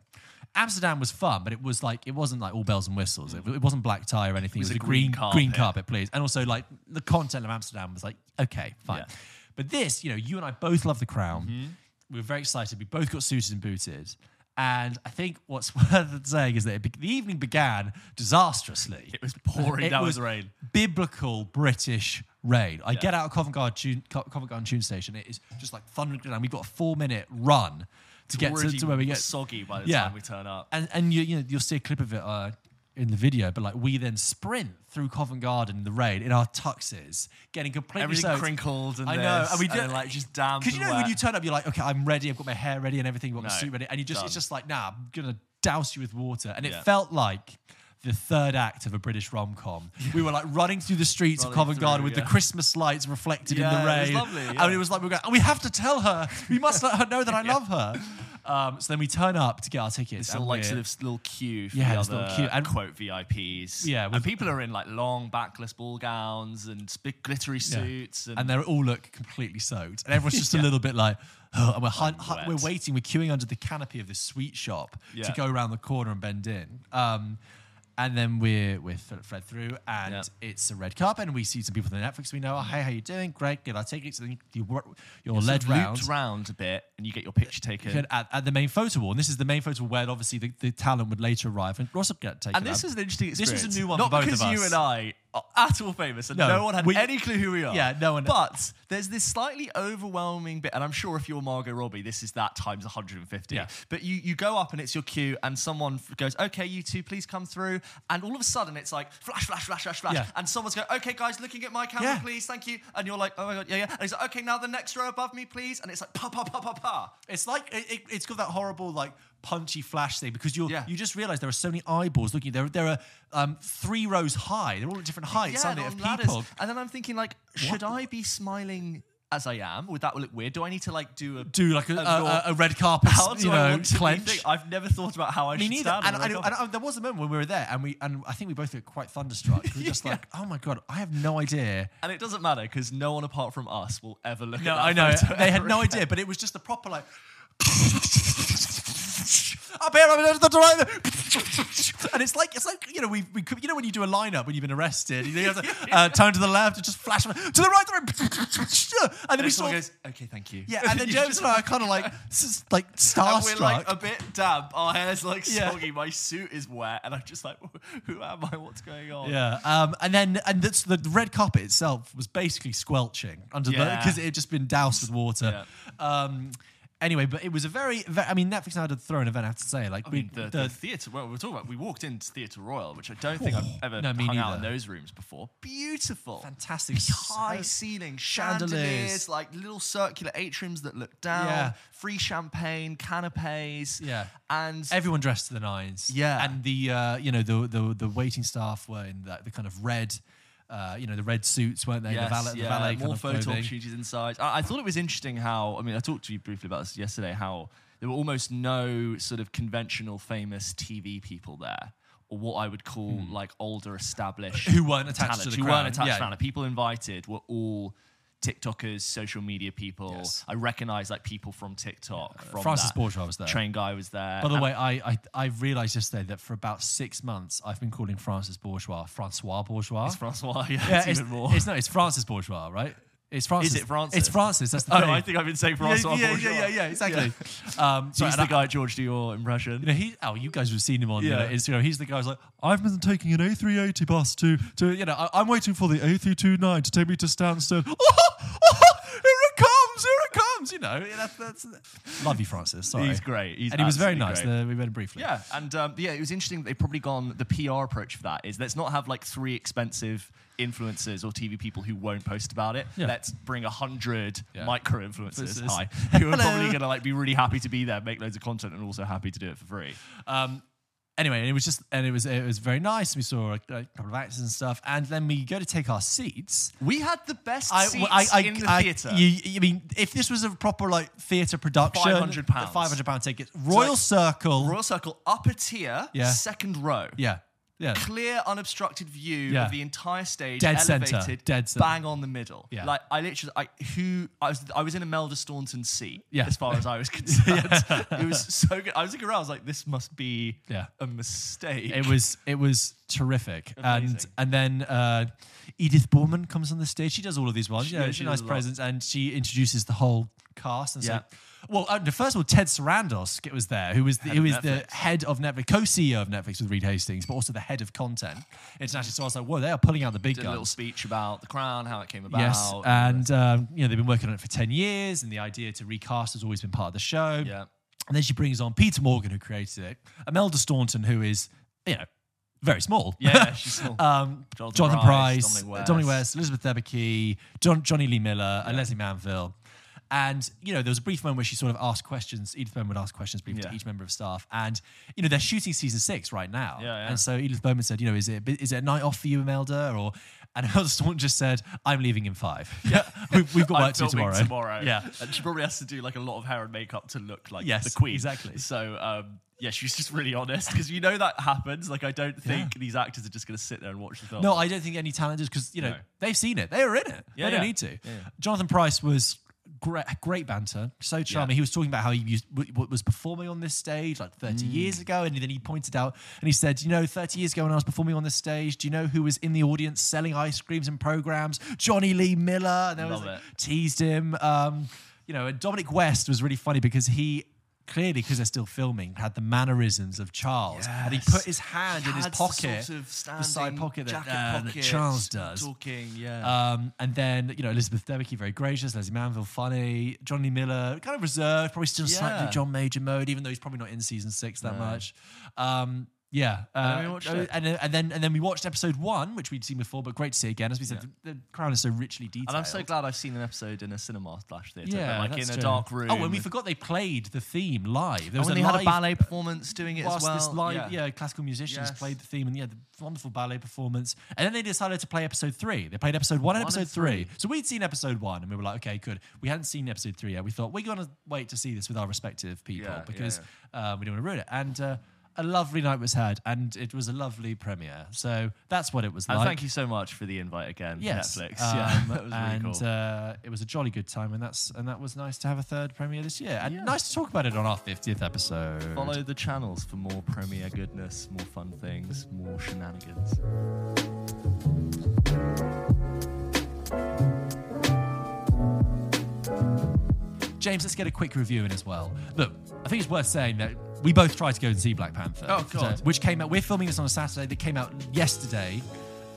Speaker 2: Amsterdam was fun, but it was like it wasn't like all bells and whistles. It, it wasn't black tie or anything. It was,
Speaker 1: was a
Speaker 2: a
Speaker 1: green
Speaker 2: green
Speaker 1: carpet.
Speaker 2: green carpet, please. And also like the content of Amsterdam was like okay, fine.
Speaker 1: Yeah. Mm-hmm.
Speaker 2: But this, you know, you and I both love The Crown. We were very excited. We both got suited and booted. And I think what's <laughs> worth saying is that it be- the evening began disastrously.
Speaker 1: It was pouring
Speaker 2: It
Speaker 1: down
Speaker 2: was
Speaker 1: with rain.
Speaker 2: Biblical British rain. I get out of Covent Garden, tune, Co- Covent Garden tune station. It is just like thundering down. We've got a four minute run to get to,
Speaker 1: Already
Speaker 2: to where we get.
Speaker 1: soggy by the
Speaker 2: Yeah.
Speaker 1: time we turn up.
Speaker 2: And and you you know you'll see a clip of it uh, in the video, but like we then sprint through Covent Garden in the rain in our tuxes, getting completely
Speaker 1: Everything
Speaker 2: soaked.
Speaker 1: crinkled and
Speaker 2: I know,
Speaker 1: this,
Speaker 2: and we
Speaker 1: and
Speaker 2: do-
Speaker 1: then, like just damp.
Speaker 2: Because you
Speaker 1: and
Speaker 2: know when
Speaker 1: wet.
Speaker 2: you turn up, you're like, okay, I'm ready. I've got my hair ready and everything. I've got my
Speaker 1: No,
Speaker 2: suit ready, and you just
Speaker 1: done.
Speaker 2: it's just like, nah, I'm gonna douse you with water. And it
Speaker 1: Yeah.
Speaker 2: felt like the third act of a British rom com.
Speaker 1: <laughs>
Speaker 2: We were like running through the streets of
Speaker 1: Running
Speaker 2: Covent Garden
Speaker 1: through,
Speaker 2: with the
Speaker 1: yeah.
Speaker 2: Christmas lights reflected in the
Speaker 1: Yeah, it
Speaker 2: rain.
Speaker 1: was lovely, yeah.
Speaker 2: And it was like we were going, oh, we have to tell her. We must let her know
Speaker 1: <laughs>
Speaker 2: that I love her. Um, so then we turn up to get our tickets.
Speaker 1: It's a
Speaker 2: and
Speaker 1: like
Speaker 2: we're-
Speaker 1: sort of s- little queue for
Speaker 2: Yeah,
Speaker 1: the
Speaker 2: it's a
Speaker 1: other
Speaker 2: little queue. And-
Speaker 1: quote VIPs.
Speaker 2: Yeah, with-
Speaker 1: and people are in like long backless ball gowns and big glittery suits. And,
Speaker 2: and they all look completely soaked, and everyone's
Speaker 1: <laughs>
Speaker 2: just a little bit like, oh, and we're hun-
Speaker 1: I'm
Speaker 2: hun-
Speaker 1: wet.
Speaker 2: we're waiting, we're queuing under the canopy of this sweet shop
Speaker 1: Yeah.
Speaker 2: to go around the corner and bend in. Um, and then we're we're fl- fled through, and
Speaker 1: Yeah.
Speaker 2: it's a red carpet, and we see some people from the Netflix we know. Oh, hey, how you doing? Great, good. I take it. So then you- you're, you're
Speaker 1: sort
Speaker 2: led
Speaker 1: of
Speaker 2: round.
Speaker 1: looped round a bit, and you get your picture taken.
Speaker 2: At, at the main photo wall, and this is the main photo wall where obviously the, the talent would later arrive and Rossip get taken.
Speaker 1: and this
Speaker 2: up.
Speaker 1: is an interesting
Speaker 2: This was a
Speaker 1: experience.
Speaker 2: new one
Speaker 1: Not
Speaker 2: for both
Speaker 1: because
Speaker 2: of
Speaker 1: you
Speaker 2: us.
Speaker 1: and I are at all famous, and
Speaker 2: No,
Speaker 1: no, one had
Speaker 2: we-
Speaker 1: any clue who we are.
Speaker 2: Yeah, no one-
Speaker 1: But there's this slightly overwhelming bit, and I'm sure if you're Margot Robbie, this is that times 150.
Speaker 2: Yeah.
Speaker 1: But you you go up and it's your queue, and someone f- goes, "Okay, you two, please come through." And all of a sudden, it's like flash, flash, flash, flash, flash,
Speaker 2: Yeah.
Speaker 1: and someone's going, "Okay, guys, looking at my camera,
Speaker 2: Yeah.
Speaker 1: please, thank you." And you're like, "Oh my god, yeah, yeah." And he's like, "Okay, now the next row above me, please." And it's like pa pa pa pa pa.
Speaker 2: It's like it, it, it's got that horrible like punchy flash thing because you
Speaker 1: Yeah.
Speaker 2: you just realise there are so many eyeballs looking. There there are um, three rows high. They're all at different heights, aren't
Speaker 1: and
Speaker 2: they, of
Speaker 1: on ladders.
Speaker 2: people.
Speaker 1: And then I'm thinking, like, should I be smiling as I am? Would that look weird? Do I need to like do a
Speaker 2: Do like a,
Speaker 1: Of
Speaker 2: a,
Speaker 1: your-
Speaker 2: a- a red carpet,
Speaker 1: how do
Speaker 2: you
Speaker 1: I
Speaker 2: know,
Speaker 1: want to be
Speaker 2: clench.
Speaker 1: think- I've never thought about how I
Speaker 2: Me
Speaker 1: should
Speaker 2: neither.
Speaker 1: stand.
Speaker 2: And,
Speaker 1: on
Speaker 2: I,
Speaker 1: a
Speaker 2: don't-
Speaker 1: carpet.
Speaker 2: and I- there was a moment when we were there, and we and I think we both got quite thunderstruck.
Speaker 1: <laughs>
Speaker 2: We were just like, oh my god, I have no idea.
Speaker 1: And it doesn't matter because no one apart from us will ever look
Speaker 2: No, I
Speaker 1: at that
Speaker 2: know
Speaker 1: photo
Speaker 2: they had
Speaker 1: ever
Speaker 2: no
Speaker 1: again.
Speaker 2: idea, but it was just the proper like. Up here, I'm the driver, and it's like it's like you know we, we could- you know when you do a lineup when you've been arrested, you
Speaker 1: <laughs>
Speaker 2: have to uh, turn to the left, and just flash to the right, and then we
Speaker 1: And
Speaker 2: saw
Speaker 1: someone goes, okay, thank you. <laughs>
Speaker 2: yeah, and then
Speaker 1: You
Speaker 2: James
Speaker 1: just-
Speaker 2: and I are kind of like s- like
Speaker 1: and we're
Speaker 2: starstruck.
Speaker 1: like a bit damp. Our hair's like
Speaker 2: Yeah.
Speaker 1: soggy. My suit is wet, and I'm just like, who am I? What's going on?
Speaker 2: Yeah, um, and then and that's the red carpet itself was basically squelching under the
Speaker 1: Yeah.
Speaker 2: because it had just been doused with water. Um, anyway, but it was a very, ve I mean, Netflix now did throw an event. I have to say, like
Speaker 1: I
Speaker 2: we-
Speaker 1: mean, the, the, theatre, well, we're talking about, we walked into Theatre Royal, which I don't think I've ever
Speaker 2: Oh, No, me
Speaker 1: hung out in
Speaker 2: neither.
Speaker 1: those rooms before. Beautiful.
Speaker 2: fantastic
Speaker 1: High
Speaker 2: so-
Speaker 1: ceiling,
Speaker 2: Chandeliers.
Speaker 1: chandeliers, like little circular atriums that look down,
Speaker 2: Yeah.
Speaker 1: free champagne, canapes.
Speaker 2: Yeah.
Speaker 1: And
Speaker 2: Everyone dressed to the nines.
Speaker 1: Yeah.
Speaker 2: and the uh, you know the the the waiting staff were in the, the kind of red. Uh, you know the red suits, weren't they?
Speaker 1: Yes,
Speaker 2: the valet,
Speaker 1: yeah,
Speaker 2: the valet
Speaker 1: more
Speaker 2: kind of
Speaker 1: photo
Speaker 2: clothing.
Speaker 1: opportunities inside. I, I thought it was interesting how I mean I talked to you briefly about this yesterday. How there were almost no sort of conventional famous TV people there, or what I would call like older established
Speaker 2: Hmm. Who weren't attached to
Speaker 1: talent,
Speaker 2: the
Speaker 1: who
Speaker 2: crown,
Speaker 1: weren't attached
Speaker 2: yeah.
Speaker 1: to the crown. The people invited were all. TikTokers, social media people.
Speaker 2: Yes.
Speaker 1: I recognize like people from TikTok. From
Speaker 2: Francis
Speaker 1: that.
Speaker 2: Bourgeois was there.
Speaker 1: Train guy was there.
Speaker 2: By the
Speaker 1: And
Speaker 2: way, I, I I realized yesterday that for about six months I've been calling Francis Bourgeois Francois
Speaker 1: <laughs>
Speaker 2: Bourgeois.
Speaker 1: Francois, yeah,
Speaker 2: Yeah,
Speaker 1: it's
Speaker 2: it's,
Speaker 1: even more.
Speaker 2: it's no, it's Francis Bourgeois, right? It's Francis.
Speaker 1: it Francis?
Speaker 2: It's Francis. That's the
Speaker 1: Oh,
Speaker 2: thing.
Speaker 1: <laughs> I think I've been saying
Speaker 2: yeah,
Speaker 1: Francois.
Speaker 2: yeah, yeah,
Speaker 1: Bourgeois.
Speaker 2: yeah, yeah, exactly. <laughs>
Speaker 1: So
Speaker 2: Um, sorry,
Speaker 1: he's
Speaker 2: and
Speaker 1: the
Speaker 2: I-
Speaker 1: guy George Dior impression.
Speaker 2: You know, he, oh, you guys have seen him on
Speaker 1: Yeah.
Speaker 2: uh, Instagram. He's the guy who's like, I've been taking an A380 bus to, to you know, I, I'm waiting for the A329 to take me to Stansted. <laughs> Oh, here it comes, here it comes, you know. yeah, That's, that's, <laughs> love you, Francis. Sorry.
Speaker 1: He's great. He's
Speaker 2: and he was very nice.
Speaker 1: absolutely great.
Speaker 2: Uh, we met him briefly.
Speaker 1: Yeah, and um, yeah, it was interesting. that They've probably gone the PR approach for that is let's not have like three expensive influencers or TV people who won't post about it.
Speaker 2: Yeah.
Speaker 1: Let's bring a hundred
Speaker 2: Yeah.
Speaker 1: micro influencers
Speaker 2: Influencers. <laughs>
Speaker 1: hi, who are
Speaker 2: Hello.
Speaker 1: probably going to like be really happy to be there, make loads of content, and also happy to do it for free.
Speaker 2: Um, anyway, it was just, and it was, it was very nice. We saw a, a couple of actors and stuff. And then we go to take our seats.
Speaker 1: We had the best
Speaker 2: I,
Speaker 1: seats
Speaker 2: I, I,
Speaker 1: in the
Speaker 2: I-
Speaker 1: theatre.
Speaker 2: You, you mean if this was a proper like theatre production,
Speaker 1: £500.
Speaker 2: five hundred pound tickets, Royal Circle,
Speaker 1: Royal Circle, upper tier,
Speaker 2: Yeah.
Speaker 1: second row.
Speaker 2: yeah, yeah,
Speaker 1: Clear, unobstructed view
Speaker 2: Yeah.
Speaker 1: of the entire stage,
Speaker 2: Dead
Speaker 1: elevated,
Speaker 2: centre, dead centre.
Speaker 1: bang on the middle.
Speaker 2: Yeah.
Speaker 1: Like I literally, I who I was, I was in Imelda Staunton's seat.
Speaker 2: Yeah.
Speaker 1: As far as
Speaker 2: <laughs>
Speaker 1: I was concerned, it was so good. I was looking around, I was like, this must be
Speaker 2: Yeah.
Speaker 1: a mistake.
Speaker 2: It was it was terrific, and
Speaker 1: Amazing.
Speaker 2: and then uh, Edith Borman comes on the stage. She does all of these ones. yeah,
Speaker 1: she
Speaker 2: she's a
Speaker 1: does
Speaker 2: nice
Speaker 1: a lot.
Speaker 2: presence, and she introduces the whole cast. And
Speaker 1: Yeah.
Speaker 2: yeah. well, uh, the first of all, Ted Sarandos was there, who was the, who
Speaker 1: of
Speaker 2: is the head of Netflix, co-CEO of Netflix with Reed Hastings, but also the head of content internationally. So I was like, whoa, they are pulling out the big
Speaker 1: Did a little
Speaker 2: guns.
Speaker 1: speech about the crown, how it came about.
Speaker 2: Yes, and um, you know they've been working on it for ten years, and the idea to recast has always been part of the show.
Speaker 1: yeah,
Speaker 2: And then she brings on Peter Morgan, who created it, Imelda Staunton, who is, you know, very small. <laughs>
Speaker 1: yeah, she's still.
Speaker 2: um,
Speaker 1: Jonathan
Speaker 2: Jonathan,
Speaker 1: Pryce,
Speaker 2: Price,
Speaker 1: Dominic
Speaker 2: uh,
Speaker 1: West.
Speaker 2: Dominic West. Elizabeth Debicki, John, Johnny Lee Miller, and Leslie Manville. And, you know, there was a brief moment where she sort of asked questions. Edith Bowman would ask questions briefly
Speaker 1: Yeah.
Speaker 2: to each member of staff. And, you know, they're shooting season six right now.
Speaker 1: Yeah, yeah.
Speaker 2: And so Edith Bowman said, you know, is it, is it a night off for you, Imelda? Or, and <laughs> Imelda Staunton just said, I'm leaving in five. Yeah. <laughs> we've, we've
Speaker 1: <laughs>
Speaker 2: got
Speaker 1: I'm
Speaker 2: work to do
Speaker 1: filming
Speaker 2: tomorrow. <laughs> Yeah.
Speaker 1: and she probably has to do like a lot of hair and makeup to look like
Speaker 2: Yes,
Speaker 1: the queen.
Speaker 2: exactly.
Speaker 1: So um, yeah, she's just really honest because you know that happens. Like I don't think these actors are just going to sit there and watch the film.
Speaker 2: No, I don't think any talent is because you know
Speaker 1: No.
Speaker 2: they've seen it. They were in it.
Speaker 1: Yeah,
Speaker 2: they don't
Speaker 1: yeah.
Speaker 2: need to.
Speaker 1: yeah.
Speaker 2: Jonathan Price was great, great banter, so charming. He was talking about how he used, w- w- was performing on this stage like 30
Speaker 1: Mm.
Speaker 2: years ago, and then he pointed out and he said, you know, 30 years ago when I was performing on this stage, do you know who was in the audience selling ice creams and programs? Johnny Lee Miller. And they
Speaker 1: Love
Speaker 2: was, like,
Speaker 1: it.
Speaker 2: teased him. Um, you know, and Dominic West was really funny because he. Clearly, because they're still filming, had the mannerisms of Charles, and he
Speaker 1: Yes.
Speaker 2: put his hand in his
Speaker 1: Had
Speaker 2: pocket,
Speaker 1: sort of
Speaker 2: the side
Speaker 1: standing
Speaker 2: pocket that,
Speaker 1: jacket
Speaker 2: uh, that
Speaker 1: pocket,
Speaker 2: Charles does.
Speaker 1: Talking, yeah.
Speaker 2: Um, and then, you know, Elizabeth Debicki, very gracious, Leslie Manville, funny, Johnny Miller, kind of reserved, probably still
Speaker 1: Yeah.
Speaker 2: slightly John Major mode, even though he's probably not in season six that much. Um, yeah. Uh,
Speaker 1: then we watched
Speaker 2: uh,
Speaker 1: it.
Speaker 2: and, then- and then and then we watched episode one, which we'd seen before, but great to see again. As we said, the, the crown is so richly detailed.
Speaker 1: and I'm so glad I've seen an episode in a cinema slash theatre,
Speaker 2: Yeah,
Speaker 1: like in
Speaker 2: that's
Speaker 1: a
Speaker 2: true.
Speaker 1: dark room.
Speaker 2: Oh, and we forgot they played the theme live. There
Speaker 1: And
Speaker 2: was
Speaker 1: when
Speaker 2: a
Speaker 1: they had a
Speaker 2: live-
Speaker 1: ballet performance doing it as
Speaker 2: whilst
Speaker 1: well.
Speaker 2: this live yeah. classical musicians
Speaker 1: Yes.
Speaker 2: played the theme and yeah the wonderful ballet performance and then they decided to play episode three they played episode one and
Speaker 1: One
Speaker 2: episode
Speaker 1: and
Speaker 2: three. so we'd seen episode one and we were like okay good we hadn't seen episode three yet we thought we're going to wait to see this with our respective people
Speaker 1: Yeah, yeah,
Speaker 2: because Uh, we don't want to ruin it and uh, a lovely night was had and it was a lovely premiere so that's what it was
Speaker 1: And
Speaker 2: like
Speaker 1: thank you so much for the invite again,
Speaker 2: Yes,
Speaker 1: Netflix.
Speaker 2: um,
Speaker 1: yeah, <laughs> that was really
Speaker 2: and
Speaker 1: cool.
Speaker 2: uh, it was a jolly good time, and that's and that was nice to have a third premiere this year, and nice to talk about it on our fiftieth episode.
Speaker 1: Follow the channels for more premiere goodness, more fun things, more shenanigans.
Speaker 2: James, let's get a quick review in as well. Look, I think it's worth saying that we both tried to go and see Black Panther.
Speaker 1: Oh, God.
Speaker 2: Which came out, we're filming this on a Saturday, that came out yesterday,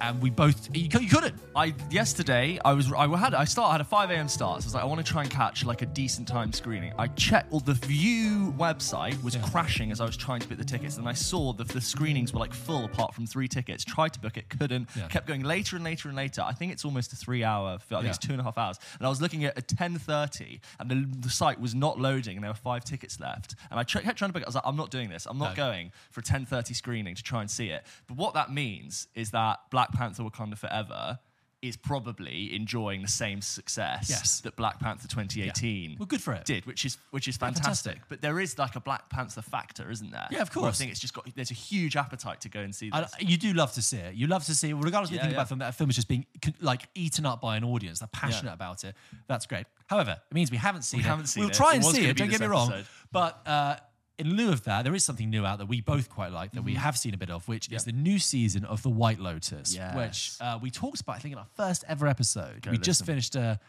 Speaker 2: and we both, you, cou- you couldn't.
Speaker 1: I yesterday I was I had I start I had a 5 a.m. start. So I was like I want to try and catch like a decent time screening. I checked well the View website was crashing as I was trying to book the tickets, and I saw that the screenings were like full apart from three tickets. Tried to book it, couldn't.
Speaker 2: Yeah.
Speaker 1: Kept going later and later and later. I think it's almost a three-hour. film. I think it's
Speaker 2: Yeah.
Speaker 1: two and a half hours. And I was looking at a 10:30, and the, the site was not loading, and there were five tickets left. And I tr- kept trying to book it. I was like I'm not doing this. I'm not
Speaker 2: No.
Speaker 1: going going for a 10:30 screening to try and see it. But what that means is that Black Panther: Wakanda Forever is probably enjoying the same success
Speaker 2: Yes.
Speaker 1: that Black Panther 2018
Speaker 2: Well, good for it.
Speaker 1: did, which is which is fantastic.
Speaker 2: fantastic.
Speaker 1: But there is like a Black Panther factor, isn't there?
Speaker 2: Yeah, of
Speaker 1: Where I
Speaker 2: course.
Speaker 1: think it's just got there's a huge appetite to go and see
Speaker 2: And
Speaker 1: this.
Speaker 2: you do love to see it. You love to see it, regardless of what
Speaker 1: Yeah,
Speaker 2: you think
Speaker 1: yeah.
Speaker 2: about film, that film is just being c- like eaten up by an audience. They're passionate
Speaker 1: Yeah.
Speaker 2: about it. That's great. However, it means we haven't seen it.
Speaker 1: haven't seen
Speaker 2: we'll
Speaker 1: it.
Speaker 2: try
Speaker 1: It
Speaker 2: and
Speaker 1: was
Speaker 2: see
Speaker 1: gonna
Speaker 2: it,
Speaker 1: be
Speaker 2: don't
Speaker 1: this
Speaker 2: get me wrong.
Speaker 1: episode.
Speaker 2: But uh, in lieu of that, there is something new out that we both quite like that we
Speaker 1: Mm-hmm.
Speaker 2: have seen a bit of, which is the new season of The White Lotus,
Speaker 1: Yes.
Speaker 2: which uh, we talked about, I think, in our first ever episode. we just
Speaker 1: listen.
Speaker 2: finished a,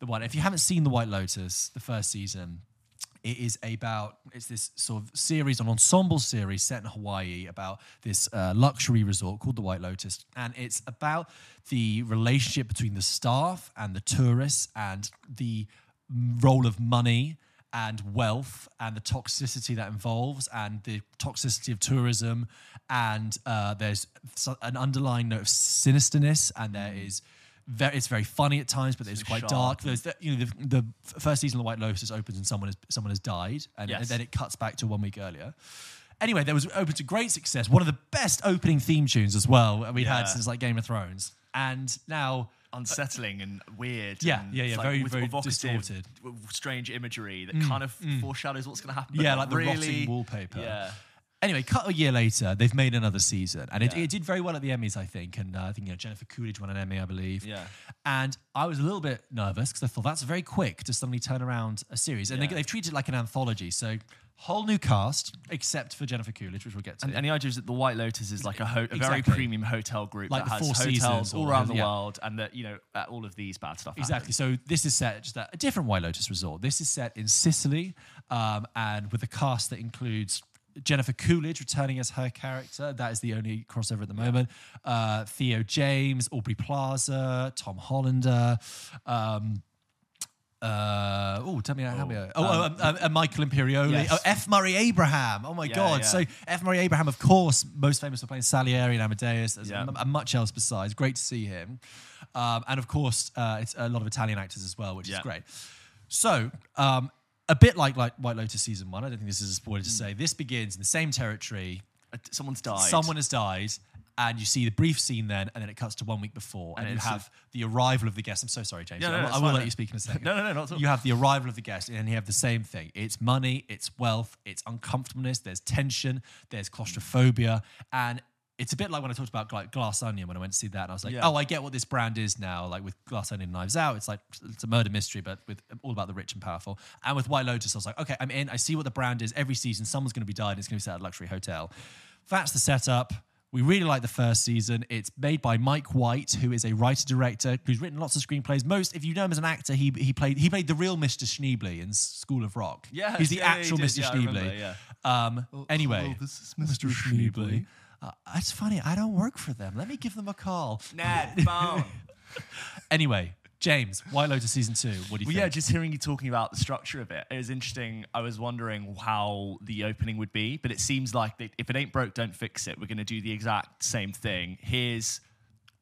Speaker 2: the one. If you haven't seen The White Lotus, the first season, it is about it's this sort of series, an ensemble series set in Hawaii about this uh, luxury resort called the White Lotus, and it's about the relationship between the staff and the tourists and the role of money and wealth and the toxicity that involves and the toxicity of tourism and uh, there's so- an underlying note of sinisterness and there is ve- it's very funny at times but it's quite
Speaker 1: Mm. sharp
Speaker 2: dark there's the, you know the, the f- first season of the white lotus opens and someone has someone has died and,
Speaker 1: Yes.
Speaker 2: then it cuts back to one week earlier anyway that was open to great success one of the best opening theme tunes as well we'd
Speaker 1: Yeah.
Speaker 2: had since like game of thrones and now
Speaker 1: unsettling and weird.
Speaker 2: Yeah,
Speaker 1: and
Speaker 2: yeah, yeah,
Speaker 1: it's
Speaker 2: very,
Speaker 1: with
Speaker 2: very
Speaker 1: evocative,
Speaker 2: distorted. Mm,
Speaker 1: w- w- strange imagery that kind of foreshadows what's going to happen. but
Speaker 2: yeah
Speaker 1: not
Speaker 2: like the
Speaker 1: really,
Speaker 2: rotting wallpaper
Speaker 1: Yeah,
Speaker 2: Anyway, cut a year later, they've made another season, and it,
Speaker 1: Yeah.
Speaker 2: it did very well at the Emmys, I think. And uh, I think you know Jennifer Coolidge won an Emmy, I believe.
Speaker 1: Yeah.
Speaker 2: And I was a little bit nervous because I thought that's very quick to suddenly turn around a series, and they,
Speaker 1: Yeah.
Speaker 2: they've treated it like an anthology. So whole new cast except for Jennifer Coolidge, which we'll get to.
Speaker 1: and, and the idea is that the White Lotus is like a, ho- a very
Speaker 2: Exactly.
Speaker 1: premium hotel group
Speaker 2: Like
Speaker 1: that has
Speaker 2: the Four
Speaker 1: hotels
Speaker 2: Seasons
Speaker 1: all
Speaker 2: or-
Speaker 1: around the
Speaker 2: yeah.
Speaker 1: world, and that you know uh, all of these bad stuff. happens.
Speaker 2: Exactly. So this is set just at a different White Lotus resort. This is set in Sicily, um, and with a cast that includes Jennifer Coolidge returning as her character. That is the only crossover at the moment. Uh, Theo James, Aubrey Plaza, Tom Hollander. Um, uh, oh, tell me how many. Oh, oh um, um, uh, Michael Imperioli.
Speaker 1: Yes.
Speaker 2: Oh, F. Murray Abraham. Oh my God.
Speaker 1: yeah.
Speaker 2: So F. Murray Abraham, of course, most famous for playing Salieri and Amadeus, as-
Speaker 1: Yeah.
Speaker 2: and uh, much else besides. Great to see him, um, and of course, uh, it's a lot of Italian actors as well, which
Speaker 1: Yeah.
Speaker 2: is great. So. Um, a bit like, like White Lotus season one, I don't think this is a spoiler
Speaker 1: Hmm.
Speaker 2: to say. This begins in the same territory.
Speaker 1: Uh, t- someone's died.
Speaker 2: Someone has died, and you see the brief scene then, and then it cuts to one week before, and,
Speaker 1: And
Speaker 2: you
Speaker 1: it's a-
Speaker 2: have the arrival of the guests. I'm so sorry, James.
Speaker 1: No, no,
Speaker 2: I,
Speaker 1: no,
Speaker 2: will-
Speaker 1: it's
Speaker 2: I will
Speaker 1: fine.
Speaker 2: let you speak in a second.
Speaker 1: No, no, no, not at all.
Speaker 2: You have the arrival of the guest, and then you have the same thing. It's money, it's wealth, it's uncomfortableness. There's tension, there's claustrophobia, and it's a bit like when I talked about like Glass Onion when I went to see that, and I was like,
Speaker 1: Yeah.
Speaker 2: oh, I get what this brand is now. Like with Glass Onion, and Knives Out, it's like it's a murder mystery, but with all about the rich and powerful. And with White Lotus, I was like, okay, I'm in. I see what the brand is. Every season, someone's going to be dying. It's going to be set at a luxury hotel. That's the setup. We really like the first season. It's made by Mike White, who is a writer director who's written lots of screenplays. Most, if you know him as an actor, he he played he played the real Mr. Schneebly in School of Rock.
Speaker 1: Yes,
Speaker 2: he's the
Speaker 1: yeah, yeah, he
Speaker 2: actual
Speaker 1: did.
Speaker 2: Mr.
Speaker 1: Yeah, I
Speaker 2: Schneebly.
Speaker 1: remember, yeah.
Speaker 2: Um, anyway,
Speaker 1: hello, Oh, this is Mr. Schneebly.
Speaker 2: Uh, that's funny. I don't work for them. Let me give them a call.
Speaker 3: Ned Bone.
Speaker 2: Anyway, James, White Lotus season two. What do you
Speaker 1: Well, yeah,
Speaker 2: think?
Speaker 1: just hearing you talking about the structure of it, it was interesting. I was wondering how the opening would be, but it seems like that if it ain't broke, don't fix it. We're going to do the exact same thing. Here's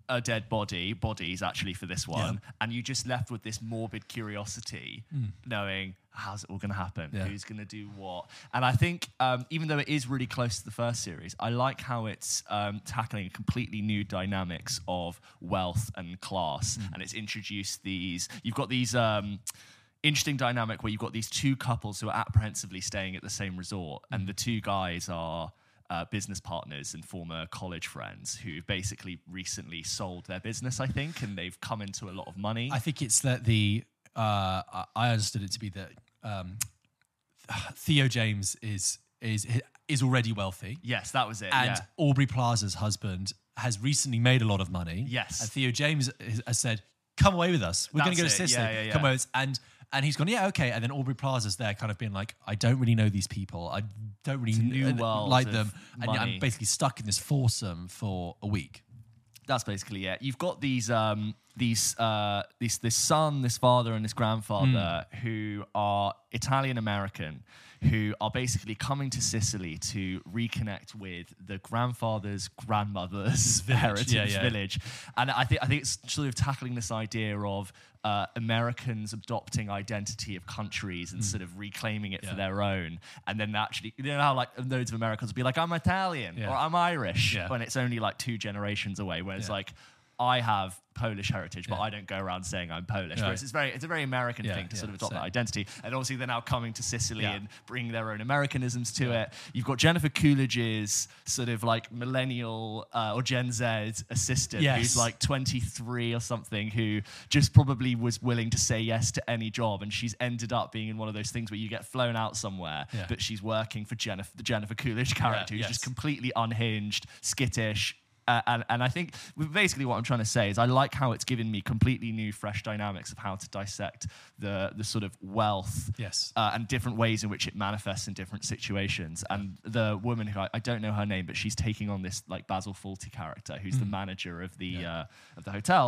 Speaker 1: a dead body, bodies actually for this one, and you just left with this morbid curiosity, knowing how's it all going to happen,
Speaker 2: Yeah.
Speaker 1: who's going to do what, and I think um, even though it is really close to the first series, I like how it's um, tackling completely new dynamics of wealth and class, and it's introduced these. You've got these. Um, Interesting dynamic where you've got these two couples who are apprehensively staying at the same resort, and the two guys are uh, business partners and former college friends who basically recently sold their business, I think, and they've come into a lot of money.
Speaker 2: I think it's that the uh, I- I understood it to be that um, Theo James is is is already wealthy,
Speaker 1: yes, that was it.
Speaker 2: and
Speaker 1: yeah.
Speaker 2: Aubrey Plaza's husband has recently made a lot of money.
Speaker 1: Yes.
Speaker 2: and Theo James has- has said, "Come away with us. We're going to go to
Speaker 1: That's it.
Speaker 2: Sicily.
Speaker 1: Yeah, yeah,
Speaker 2: Come
Speaker 1: yeah.
Speaker 2: away." with us." And and he's gone, "Yeah, okay." And then Aubrey Plaza's there, kind of being like, "I don't really know these people. I don't really
Speaker 1: new
Speaker 2: kn-
Speaker 1: world
Speaker 2: like
Speaker 1: of
Speaker 2: them." And
Speaker 1: money.
Speaker 2: I'm basically stuck in this foursome for a week.
Speaker 1: that's basically it. You've got these um these uh this this son, this father, and this grandfather
Speaker 2: Hmm.
Speaker 1: who are Italian American, who are basically coming to Sicily to reconnect with the grandfather's grandmother's <laughs> heritage
Speaker 2: Yeah, yeah.
Speaker 1: village, and I think I think it's sort of tackling this idea of. Uh, Americans adopting identity of countries and sort of reclaiming it
Speaker 2: Hmm. Yeah.
Speaker 1: for their own, and then actually, you know how like loads of Americans will be like, "I'm Italian"
Speaker 2: Yeah.
Speaker 1: or "I'm Irish,"
Speaker 2: Yeah.
Speaker 1: when it's only like two generations away. Whereas
Speaker 2: Yeah.
Speaker 1: like I have Polish heritage, but
Speaker 2: Yeah.
Speaker 1: I don't go around saying I'm Polish.
Speaker 2: Right.
Speaker 1: Whereas it's very it's a very American
Speaker 2: Yeah,
Speaker 1: thing to
Speaker 2: yeah,
Speaker 1: sort of adopt that
Speaker 2: same.
Speaker 1: identity. And obviously they're now coming to Sicily
Speaker 2: Yeah.
Speaker 1: and bringing their own Americanisms to it. You've got Jennifer Coolidge's sort of like millennial uh, or Gen Z assistant
Speaker 2: Yes.
Speaker 1: who's like 23 or something who just probably was willing to say yes to any job and she's ended up being in one of those things where you get flown out somewhere
Speaker 2: Yeah.
Speaker 1: but she's working for Jennifer the Jennifer Coolidge character who's
Speaker 2: yes.
Speaker 1: just completely unhinged, skittish, Uh, and, and I think basically what I'm trying to say is I like how it's given me completely new, fresh dynamics of how to dissect the the sort of wealth
Speaker 2: Yes.
Speaker 1: uh, and different ways in which it manifests in different situations. And the woman who I, I don't know her name, but she's taking on this like Basil Fawlty character, who's the manager of the uh, of the hotel,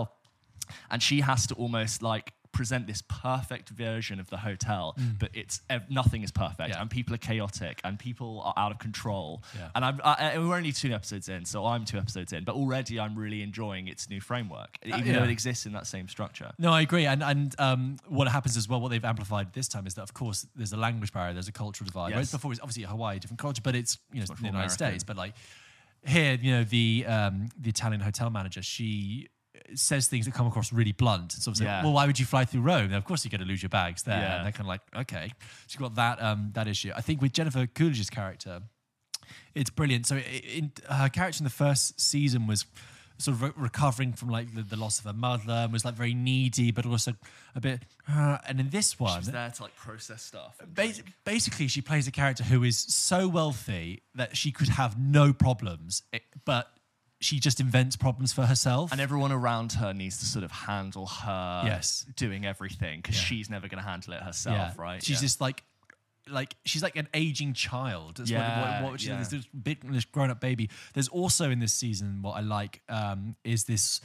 Speaker 1: and she has to almost like present this perfect version of the hotel but it's ev- nothing is perfect
Speaker 2: Mm. Yeah.
Speaker 1: and people are chaotic and people are out of control
Speaker 2: Yeah.
Speaker 1: and i'm I, and we're only two episodes in so i'm two episodes in but already i'm really enjoying its new framework even
Speaker 2: Uh, yeah.
Speaker 1: though it exists in that same structure
Speaker 2: No, I agree. And and um, what happens as well, what they've amplified this time is that, of course, there's a language barrier, there's a cultural divide. Whereas
Speaker 1: Yes.
Speaker 2: before, it was obviously Hawaii, different culture, but it's you know
Speaker 1: much
Speaker 2: the
Speaker 1: more
Speaker 2: United
Speaker 1: American.
Speaker 2: States. But like here, you know, the um, the Italian hotel manager, she says things that come across really blunt. It's sort of like,
Speaker 1: Yeah.
Speaker 2: well, why would you fly through Rome? And of course, you're going to lose your bags there.
Speaker 1: Yeah.
Speaker 2: And they're kind of like, okay, so you've got that um, that issue. I think with Jennifer Coolidge's character, it's brilliant. So, i in, her character in the first season was sort of re- recovering from like the, the loss of her mother and was like very needy, but also a bit. Uh, and in this one,
Speaker 1: she's there to like process stuff and
Speaker 2: basi- basically, she plays a character who is so wealthy that she could have no problems, it- but she just invents problems for herself.
Speaker 1: and everyone around her needs to sort of handle her
Speaker 2: Yes.
Speaker 1: doing everything because she's never going to handle it herself, right?
Speaker 2: She's
Speaker 1: Yeah.
Speaker 2: just like, like she's like an aging child. That's yeah,
Speaker 1: Yeah,
Speaker 2: what, what she's
Speaker 1: yeah.
Speaker 2: this, this big this grown-up baby. There's also in this season what I like um, is this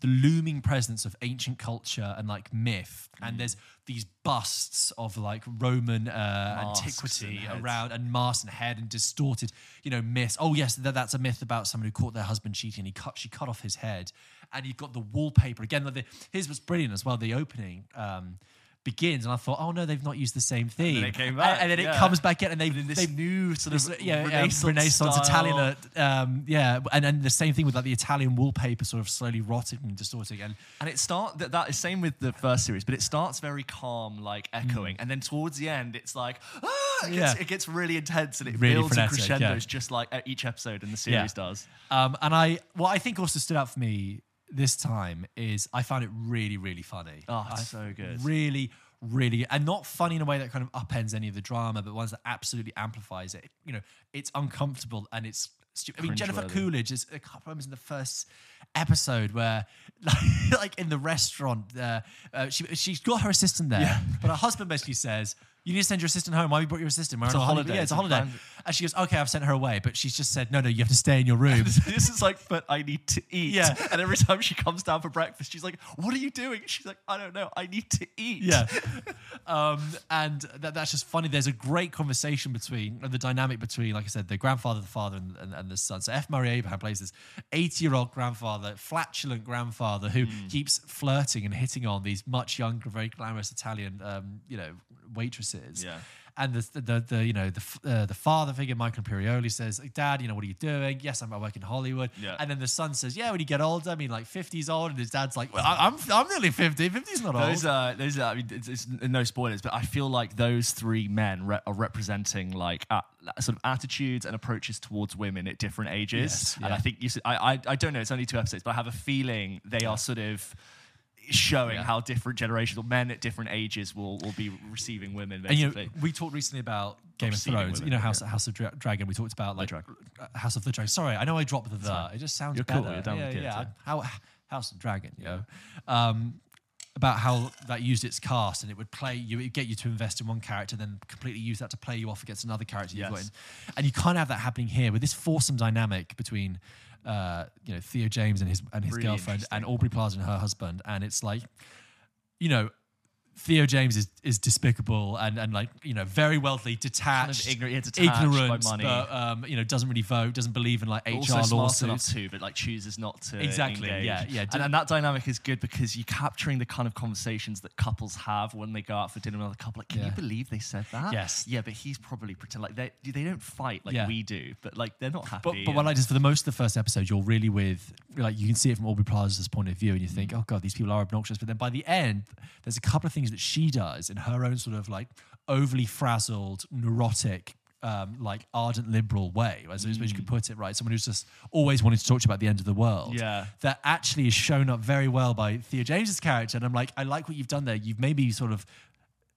Speaker 2: the looming presence of ancient culture and like myth.
Speaker 1: Mm.
Speaker 2: And there's these busts of like Roman uh,
Speaker 1: Masks
Speaker 2: antiquity
Speaker 1: and heads.
Speaker 2: around and masks and head and distorted, you know, myths. Oh yes, that, that's a myth about someone who caught their husband cheating. And he cut she cut off his head, and you've got the wallpaper again. Like the, here's what's brilliant as well. The opening. Um, Begins and I thought, oh no, they've not used the same theme.
Speaker 1: it came
Speaker 2: And-
Speaker 1: back,
Speaker 2: and, then it
Speaker 1: yeah.
Speaker 2: comes back in, and they've
Speaker 1: in this
Speaker 2: they've
Speaker 1: new sort
Speaker 2: this,
Speaker 1: of
Speaker 2: yeah,
Speaker 1: Renaissance,
Speaker 2: Renaissance, Renaissance
Speaker 1: style.
Speaker 2: Italian, uh, um, yeah, and and the same thing with like the Italian wallpaper, sort of slowly rotting and distorting, and
Speaker 1: And it start that that is same with the first series, but it starts very calm, like echoing, and then towards the end, it's like. Ah! It gets,
Speaker 2: Mm. Yeah.
Speaker 1: it gets really intense and it
Speaker 2: Really
Speaker 1: builds
Speaker 2: frenetic,
Speaker 1: and
Speaker 2: yeah.
Speaker 1: crescendos just like at each episode in the series does.
Speaker 2: Um, and I, what I think also stood out for me this time is I found it really, really funny.
Speaker 1: Oh,
Speaker 2: I-
Speaker 1: so
Speaker 2: <laughs>
Speaker 1: good. <laughs>
Speaker 2: Really, really, and not funny in a way that kind of upends any of the drama, but ones that absolutely amplifies it. You know, it's uncomfortable and it's stupid. I mean, Jennifer
Speaker 1: Cringeworthy.
Speaker 2: Coolidge is a couple of moments in the first episode where, <laughs> like, like in the restaurant, uh, uh, she she's got her assistant there, but her husband basically says. You need to send your assistant home. Why have you brought your assistant? We're on
Speaker 1: a
Speaker 2: a holiday.
Speaker 1: holiday.
Speaker 2: Yeah, it's
Speaker 1: It's
Speaker 2: a
Speaker 1: a
Speaker 2: holiday.
Speaker 1: brand-
Speaker 2: And she goes, "Okay, I've sent her away," but she's just said, "No, no, you have to stay in your room."
Speaker 1: this is like, but I need to eat.
Speaker 2: Yeah.
Speaker 1: And every time she comes down for breakfast, she's like, What are you doing? She's like, I don't know. I need to eat.
Speaker 2: Yeah. <laughs> um, and that, that's just funny. There's a great conversation between uh, the dynamic between, like I said, the grandfather, the father, and, and, and the son. So F. Murray Abraham plays this 80 year old grandfather, flatulent grandfather who
Speaker 1: Hmm.
Speaker 2: keeps flirting and hitting on these much younger, very glamorous Italian, um, you know, waitresses.
Speaker 1: Yeah.
Speaker 2: And the, the, the you know the f- uh, the father figure Michael Imperioli says, "Dad, you know what are you doing? Yes, I'm I work in Hollywood."
Speaker 1: Yeah.
Speaker 2: And then the son says, "Yeah, when you get older, I mean, like 50s old." And his dad's like, well, I, "I'm
Speaker 1: Hmm.
Speaker 2: I'm nearly 50. 50's not old."
Speaker 1: Those are those are. I mean, it's, it's no spoilers, but I feel like those three men re- are representing like uh, sort of attitudes and approaches towards women at different ages.
Speaker 2: Yes,
Speaker 1: And
Speaker 2: yeah.
Speaker 1: I think you. s- I, I I don't know. It's only two episodes, but I have a feeling they are sort of showing how different generations or men at different ages will will be receiving women.
Speaker 2: And
Speaker 1: Basically,
Speaker 2: you know, we talked recently about Game of
Speaker 1: Obscene
Speaker 2: Thrones.
Speaker 1: women,
Speaker 2: you know, House
Speaker 1: yeah.
Speaker 2: House of Dra- Dragon. We talked about like
Speaker 1: Drag.
Speaker 2: uh, House of the Dragon. Sorry, I know I dropped the the. It just sounds
Speaker 1: You're
Speaker 2: better.
Speaker 1: cool, you're down
Speaker 2: yeah,
Speaker 1: with kids,
Speaker 2: yeah.
Speaker 1: yeah.
Speaker 2: How House of Dragon. You know, um, about how that used its cast and it would play you, it would get you to invest in one character, then completely use that to play you off against another character you've got
Speaker 1: Yes.
Speaker 2: in. And you can't have that happening here with this foursome dynamic between. Uh, you know Theo James and his and his
Speaker 1: Really
Speaker 2: girlfriend and
Speaker 1: interesting.
Speaker 2: Aubrey Plaza and her husband and it's like you know Theo James is, is despicable and, and like you know very wealthy, detached,
Speaker 1: ignor- yeah, detached by
Speaker 2: ignorant,
Speaker 1: money.
Speaker 2: but um, you know doesn't really vote, doesn't believe in like HR
Speaker 1: also smart enough
Speaker 2: lawsuits.
Speaker 1: too, but like chooses not to
Speaker 2: Exactly,
Speaker 1: engage.
Speaker 2: yeah, yeah.
Speaker 1: And, and that dynamic is good because you're capturing the kind of conversations that couples have when they go out for dinner with another couple. Like, can
Speaker 2: Yeah.
Speaker 1: you believe they said that?
Speaker 2: Yes.
Speaker 1: Yeah, but he's probably pretend like they they don't fight like
Speaker 2: Yeah.
Speaker 1: we do, but like they're not happy.
Speaker 2: But, but what I
Speaker 1: and-
Speaker 2: like is for the most of the first episode, you're really with like you can see it from Aubrey Plaza's point of view, and you think,
Speaker 1: Mm.
Speaker 2: oh god, these people are obnoxious. But then by the end, there's a couple of things that she does in her own sort of like overly frazzled, neurotic. Um, like ardent liberal way, as suppose you could
Speaker 1: Mm.
Speaker 2: put it, right? Someone who's just always wanted to talk to you about the end of the world.
Speaker 1: Yeah.
Speaker 2: that actually is shown up very well by Thea James's character. And I'm like, I like what you've done there. You've maybe sort of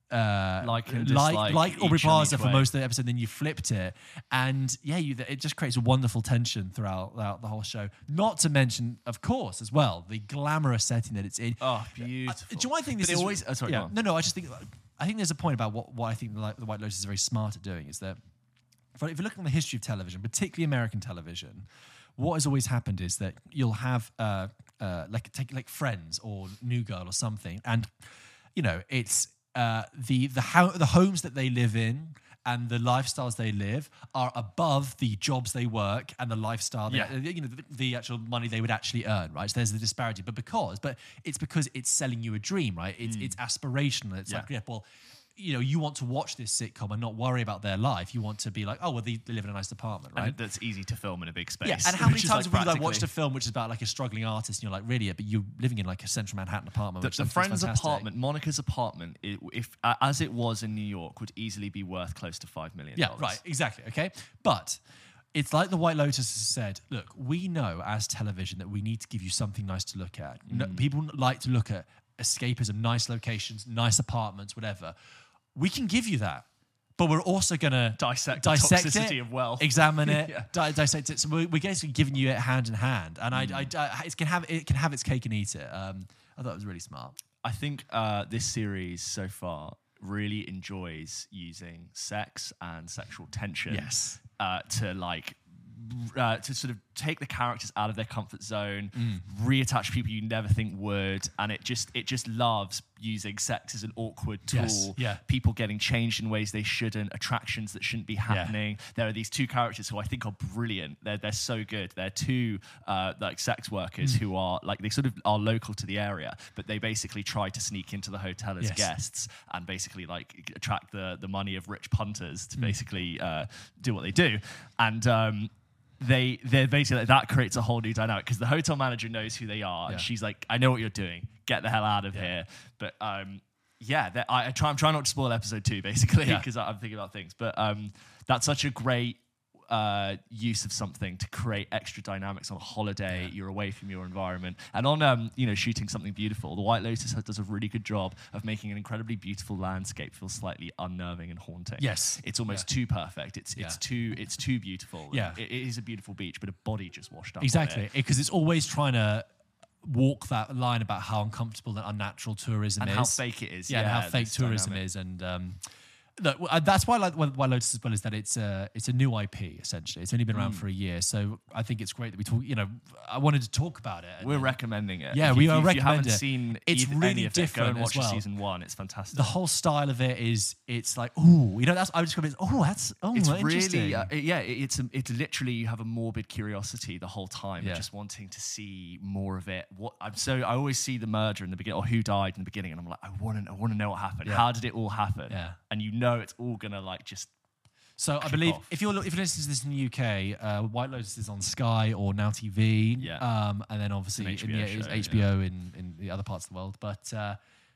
Speaker 2: uh,
Speaker 1: Like and
Speaker 2: like
Speaker 1: dislike
Speaker 2: like Aubrey
Speaker 1: each and
Speaker 2: Plaza
Speaker 1: each
Speaker 2: for
Speaker 1: way.
Speaker 2: most of the episode. Then you flipped it, and yeah, you, it just creates a wonderful tension throughout, throughout the whole show. Not to mention, of course, as well the glamorous setting that it's in. <laughs>
Speaker 1: Oh,
Speaker 2: Uh,
Speaker 1: beautiful.
Speaker 2: do you know what I think this
Speaker 1: But it
Speaker 2: is
Speaker 1: always- oh, sorry,
Speaker 2: yeah.
Speaker 1: go on.
Speaker 2: No, no. I just think I think there's a point about what, what I think the, Li- the White Lotus is very smart at doing is that if if you look at the history of television, particularly American television, what has always happened is that you'll have uh, uh, like take like Friends or New Girl or something, and you know it's uh, the the how the homes that they live in. And the lifestyles they live are above the jobs they work and the lifestyle, they,
Speaker 1: Yeah.
Speaker 2: you know, the, the actual money they would actually earn, right? So there's the disparity, but because, but it's because it's selling you a dream, right? It's
Speaker 1: Hmm.
Speaker 2: it's aspirational. It's like, yeah, well, you know, you want to watch this sitcom and not worry about their life. You want to be like, oh, well, they, they live in a nice apartment, right?
Speaker 1: And that's easy to film in a big space.
Speaker 2: yeah, and how many
Speaker 1: which is,
Speaker 2: times have we like
Speaker 1: practically-
Speaker 2: watched a film which is about like a struggling artist, and you're like, really? But you're living in like a central Manhattan apartment.
Speaker 1: the,
Speaker 2: which
Speaker 1: the
Speaker 2: looks
Speaker 1: friend's
Speaker 2: fantastic.
Speaker 1: apartment, Monica's apartment, i if uh, as it was in New York, would easily be worth close to five million.
Speaker 2: Yeah, right, exactly. Okay. But it's like the White Lotus has said look, we know as television that we need to give you something nice to look at. No-
Speaker 1: Mm.
Speaker 2: people like to look at escapism, nice locations, nice apartments, whatever. We can give you that. But we're also going to
Speaker 1: Dissect the
Speaker 2: dissect
Speaker 1: toxicity
Speaker 2: it,
Speaker 1: of wealth. <laughs>
Speaker 2: examine it,
Speaker 1: Yeah.
Speaker 2: di- dissect it. So we're, we're basically giving you it hand in hand, and I,
Speaker 1: Mm.
Speaker 2: I, I- it can have it can have its cake and eat it. Um, I thought it was really smart.
Speaker 1: I think uh, this series so far really enjoys using sex and sexual tension.
Speaker 2: Yes.
Speaker 1: Uh, to like. Uh, to sort of take the characters out of their comfort zone, reattach people you never think would, and it just it just loves using sex as an awkward tool.
Speaker 2: Yes, yeah.
Speaker 1: People getting changed in ways they shouldn't, attractions that shouldn't be happening. There are these two characters who I think are brilliant. They're they're so good. They're two uh, like sex workers who are like they sort of are local to the area, but they basically try to sneak into the hotel as
Speaker 2: Yes.
Speaker 1: guests and basically like attract the the money of rich punters
Speaker 2: Hmm.
Speaker 1: to basically uh, do what they do. And um, they they're basically that creates a whole new dynamic because the hotel manager knows who they are
Speaker 2: Yeah.
Speaker 1: and she's like, I know what you're doing. Get the hell out of here. But um, yeah, that- I, I try. I'm trying not to spoil episode two basically
Speaker 2: Yeah.
Speaker 1: because I'm thinking about things. But um, that's such a great uh, use of something to create extra dynamics on a holiday. You're away from your environment, and on um, you know shooting something beautiful. The White Lotus does a really good job of making an incredibly beautiful landscape feel slightly unnerving and haunting.
Speaker 2: Yes.
Speaker 1: it's almost too perfect. It's it's
Speaker 2: Yeah.
Speaker 1: too it's too beautiful.
Speaker 2: Yeah.
Speaker 1: it, it is a beautiful beach, but a body just washed up. on it.
Speaker 2: Exactly, because it's always trying to walk that line about how uncomfortable and unnatural tourism
Speaker 1: and
Speaker 2: is,
Speaker 1: how fake it is.
Speaker 2: yeah, and how fake
Speaker 1: this
Speaker 2: tourism
Speaker 1: dynamic.
Speaker 2: is, and um, look, w- uh, that's why I like why why Lotus as well is that it's a it's a new IP essentially. It's only been
Speaker 1: Mm.
Speaker 2: around for a year, so I think it's great that we talk. You know, I wanted to talk about it. and
Speaker 1: We're recommending it.
Speaker 2: Yeah,
Speaker 1: If
Speaker 2: we
Speaker 1: you-
Speaker 2: are
Speaker 1: If you haven't
Speaker 2: recommending it.
Speaker 1: seen
Speaker 2: It's
Speaker 1: either,
Speaker 2: really
Speaker 1: any of it, go
Speaker 2: different
Speaker 1: and
Speaker 2: as
Speaker 1: watch
Speaker 2: well.
Speaker 1: season one. It's fantastic.
Speaker 2: the whole style of it is it's like oh, you know, that's I just going oh, that's oh,
Speaker 1: it's
Speaker 2: interesting.
Speaker 1: really uh, yeah it- it's um, it's literally you have a morbid curiosity the whole time
Speaker 2: Yeah.
Speaker 1: just wanting to see more of it what i'm so i always see the murder in the beginning or who died in the beginning and i'm like i want to i want to know what happened how did it all happen
Speaker 2: Yeah.
Speaker 1: and you know it's all gonna like just
Speaker 2: So I believe
Speaker 1: off.
Speaker 2: if you're if you're listening to this in the UK, uh, White Lotus is on Sky or Now TV,
Speaker 1: Yeah.
Speaker 2: um, and then obviously
Speaker 1: It's an
Speaker 2: in the,
Speaker 1: HBO show,
Speaker 2: it's HBO in, in the other parts of the world. But uh,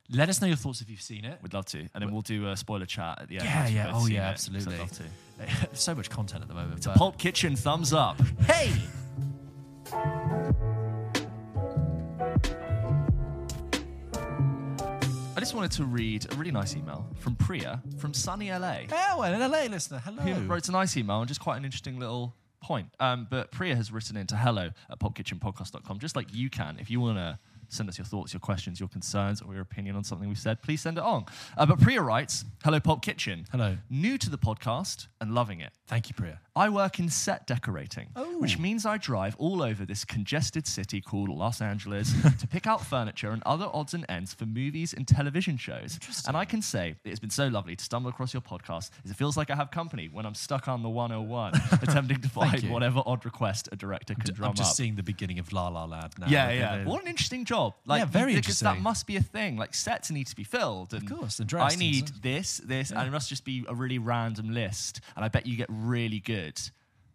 Speaker 2: let us know your thoughts if you've seen it.
Speaker 1: would love to and then we'll do a spoiler chat at the end
Speaker 2: Yeah,
Speaker 1: once we've
Speaker 2: yeah.
Speaker 1: both seen it,
Speaker 2: Oh, yeah,
Speaker 1: 'cause I'd
Speaker 2: absolutely.
Speaker 1: love to.
Speaker 2: There's <laughs> so much content at the moment. but-
Speaker 1: pulp kitchen thumbs up
Speaker 2: hey,
Speaker 1: i just wanted to read a really nice email from priya from sunny la
Speaker 2: oh, an LA listener, hello.
Speaker 1: who wrote a nice email and just quite an interesting little point. Um, but Priya has written into hello at popkitchenpodcast.com, just like you can. If you want to send us your thoughts, your questions, your concerns, or your opinion on something we've said, please send it on. Uh, but Priya writes, hello, Pop Kitchen.
Speaker 2: Hello.
Speaker 1: New to the podcast and loving it.
Speaker 2: Thank you, Priya.
Speaker 1: I work in set decorating,
Speaker 2: Oh.
Speaker 1: which means I drive all over this congested city called Los
Speaker 2: <laughs>
Speaker 1: Angeles to pick out furniture and other odds and ends for movies and television shows. And I can say that it's been so lovely to stumble across your podcast as it feels like I have company when I'm stuck on the
Speaker 2: <laughs>
Speaker 1: 101 attempting to find
Speaker 2: you.
Speaker 1: whatever odd request a director can drum
Speaker 2: I'm just
Speaker 1: up.
Speaker 2: seeing the beginning of La La Land now.
Speaker 1: yeah,
Speaker 2: Okay,
Speaker 1: yeah.
Speaker 2: the-
Speaker 1: What an interesting job! Like,
Speaker 2: Yeah, very
Speaker 1: you- because that
Speaker 2: interesting.
Speaker 1: must be a thing. Like, sets need to be filled, and
Speaker 2: course,
Speaker 1: I
Speaker 2: and dressed and
Speaker 1: need
Speaker 2: stuff.
Speaker 1: this, this, and it must just be a really random list. And I bet you get really good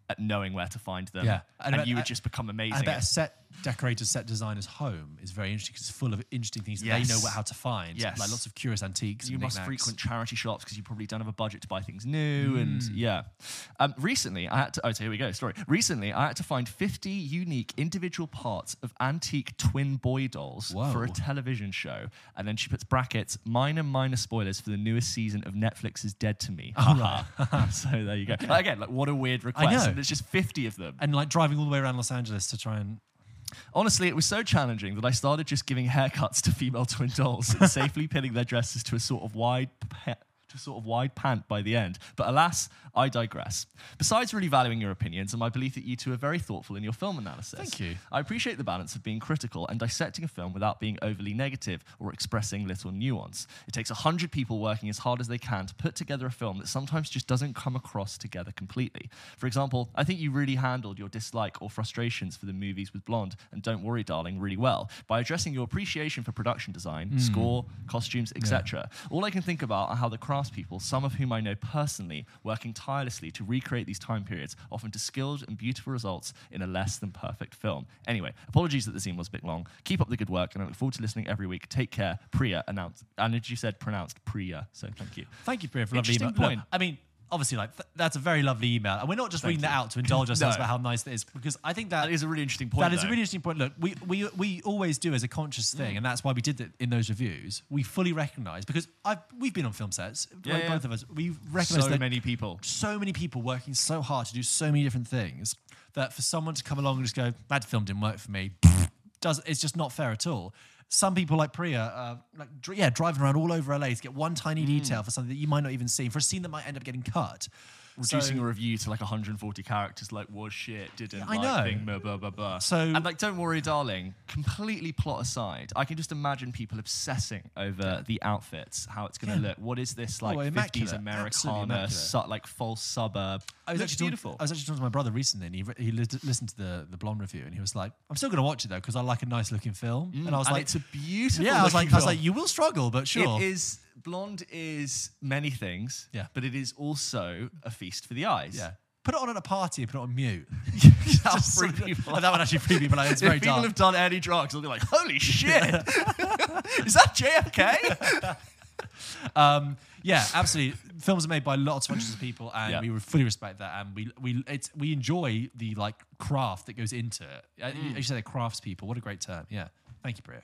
Speaker 1: at knowing where to find them.
Speaker 2: Yeah.
Speaker 1: And,
Speaker 2: And I-
Speaker 1: you would
Speaker 2: I-
Speaker 1: just become
Speaker 2: I
Speaker 1: amazing.
Speaker 2: bet a
Speaker 1: at-
Speaker 2: set decorator's set designer's home is very interesting because it's full of interesting things that
Speaker 1: Yes.
Speaker 2: they know what- how to find.
Speaker 1: Yes.
Speaker 2: Like lots of curious antiques.
Speaker 1: You
Speaker 2: and
Speaker 1: must
Speaker 2: knickknacks.
Speaker 1: frequent charity shops because you probably don't have a budget to buy things new. And
Speaker 2: Hmm.
Speaker 1: yeah. Um, recently, I had to. Oh, so here we go. Story. Recently, I had to find 50 unique individual parts of antique twin boy dolls
Speaker 2: Whoa.
Speaker 1: for a television show. And then she puts brackets, minor, minor spoilers for the newest season of Netflix's Dead to Me. Haha. <laughs> so there
Speaker 2: <laughs>
Speaker 1: you go. Like, again, like what a weird request.
Speaker 2: know.
Speaker 1: And there's just 50 of them.
Speaker 2: And like driving all the way around Los Angeles to try and
Speaker 1: Honestly, it was so challenging that I started just giving haircuts to female <laughs> twin dolls and safely pinning their dresses to a sort of wide pa- to a sort of wide pant by the end. But alas, I digress. Besides really valuing your opinions and my belief that you two are very thoughtful in your film analysis.
Speaker 2: Thank you.
Speaker 1: I appreciate the balance of being critical and dissecting a film without being overly negative or expressing little nuance. It takes 100 people working as hard as they can to put together a film that sometimes just doesn't come across together completely. For example, I think you really handled your dislike or frustrations for the movies with Blonde and Don't Worry Darling really well by addressing your appreciation for production
Speaker 2: Hmm.
Speaker 1: design, score, costumes, etc. All I can think about are how the craftspeople, some of whom I know personally, working tirelessly to recreate these time periods, often to skilled and beautiful results in a less than perfect film. Anyway, apologies that the scene was a bit long. Keep up the good work, and I look forward to listening every week. Take care, Priya. Announced, and as you said, pronounced Priya. So thank you.
Speaker 2: Thank you, Priya, for a lovely
Speaker 1: Interesting
Speaker 2: email. Look,
Speaker 1: point.
Speaker 2: I mean, obviously, like th- that's a very lovely email, and we're not just reading that out to indulge ourselves
Speaker 1: <laughs> No.
Speaker 2: about how nice that is, because I think that
Speaker 1: That is a really interesting point.
Speaker 2: that is a
Speaker 1: though. Mm.
Speaker 2: really interesting point. Look, we we we always do as a conscious thing, and that's why we did that in those reviews. We fully recognise because I've we've been on film sets,
Speaker 1: Yeah,
Speaker 2: like
Speaker 1: yeah.
Speaker 2: both of us. We recognise
Speaker 1: so
Speaker 2: that
Speaker 1: many people.
Speaker 2: so many people working so hard to do so many different things that for someone to come along and just go, that film didn't work for me, <laughs> does it's just not fair at all. Some people like Priya, uh, like dr- yeah, driving around all over LA to get one
Speaker 1: Mm.
Speaker 2: tiny detail for something that you might not even see, for a scene that might end up getting cut.
Speaker 1: reducing
Speaker 2: So-
Speaker 1: a review to like 140 characters, like was shit, didn't
Speaker 2: I
Speaker 1: like
Speaker 2: know.
Speaker 1: thing, blah, blah, blah, blah.
Speaker 2: So-
Speaker 1: and like, don't worry, darling. Completely plot aside, I can just imagine people obsessing over the outfits, how it's going to look. What is this like
Speaker 2: well,
Speaker 1: 50s
Speaker 2: Oh, immaculate, absolutely
Speaker 1: Americana,
Speaker 2: immaculate.
Speaker 1: su- like false suburb?
Speaker 2: I was
Speaker 1: Looks
Speaker 2: actually
Speaker 1: beautiful.
Speaker 2: Talking, I was actually talking to my brother recently, and he, re- he li- listened to the the Blonde review, and he was like, "I'm still going to watch it though because I like a nice looking film." and I was
Speaker 1: Mm, And
Speaker 2: like,
Speaker 1: it's a beautiful.
Speaker 2: "Yeah," I was like,
Speaker 1: looking
Speaker 2: "I was
Speaker 1: film.
Speaker 2: like, you will struggle, but sure."
Speaker 1: It is blonde is many things,
Speaker 2: Yeah.
Speaker 1: but it is also a feast for the eyes. <laughs>
Speaker 2: Yeah. Put it on at a party and put it on mute.
Speaker 1: That'll
Speaker 2: Just
Speaker 1: freak
Speaker 2: sort of-
Speaker 1: people
Speaker 2: Oh, that one actually freaked
Speaker 1: <laughs>
Speaker 2: people out. It's
Speaker 1: if
Speaker 2: very
Speaker 1: people
Speaker 2: dark.
Speaker 1: have done any drugs, they'll be like, "Holy shit, <laughs> is that JFK?"
Speaker 2: Um, yeah, absolutely. Films are made by lots of bunches of people, and
Speaker 1: Yeah.
Speaker 2: we fully respect that, and we we it's we enjoy the like craft that goes into it. Uh,
Speaker 1: Mm.
Speaker 2: you- You said they're crafts people. What a great term. Yeah. Thank you, Priya.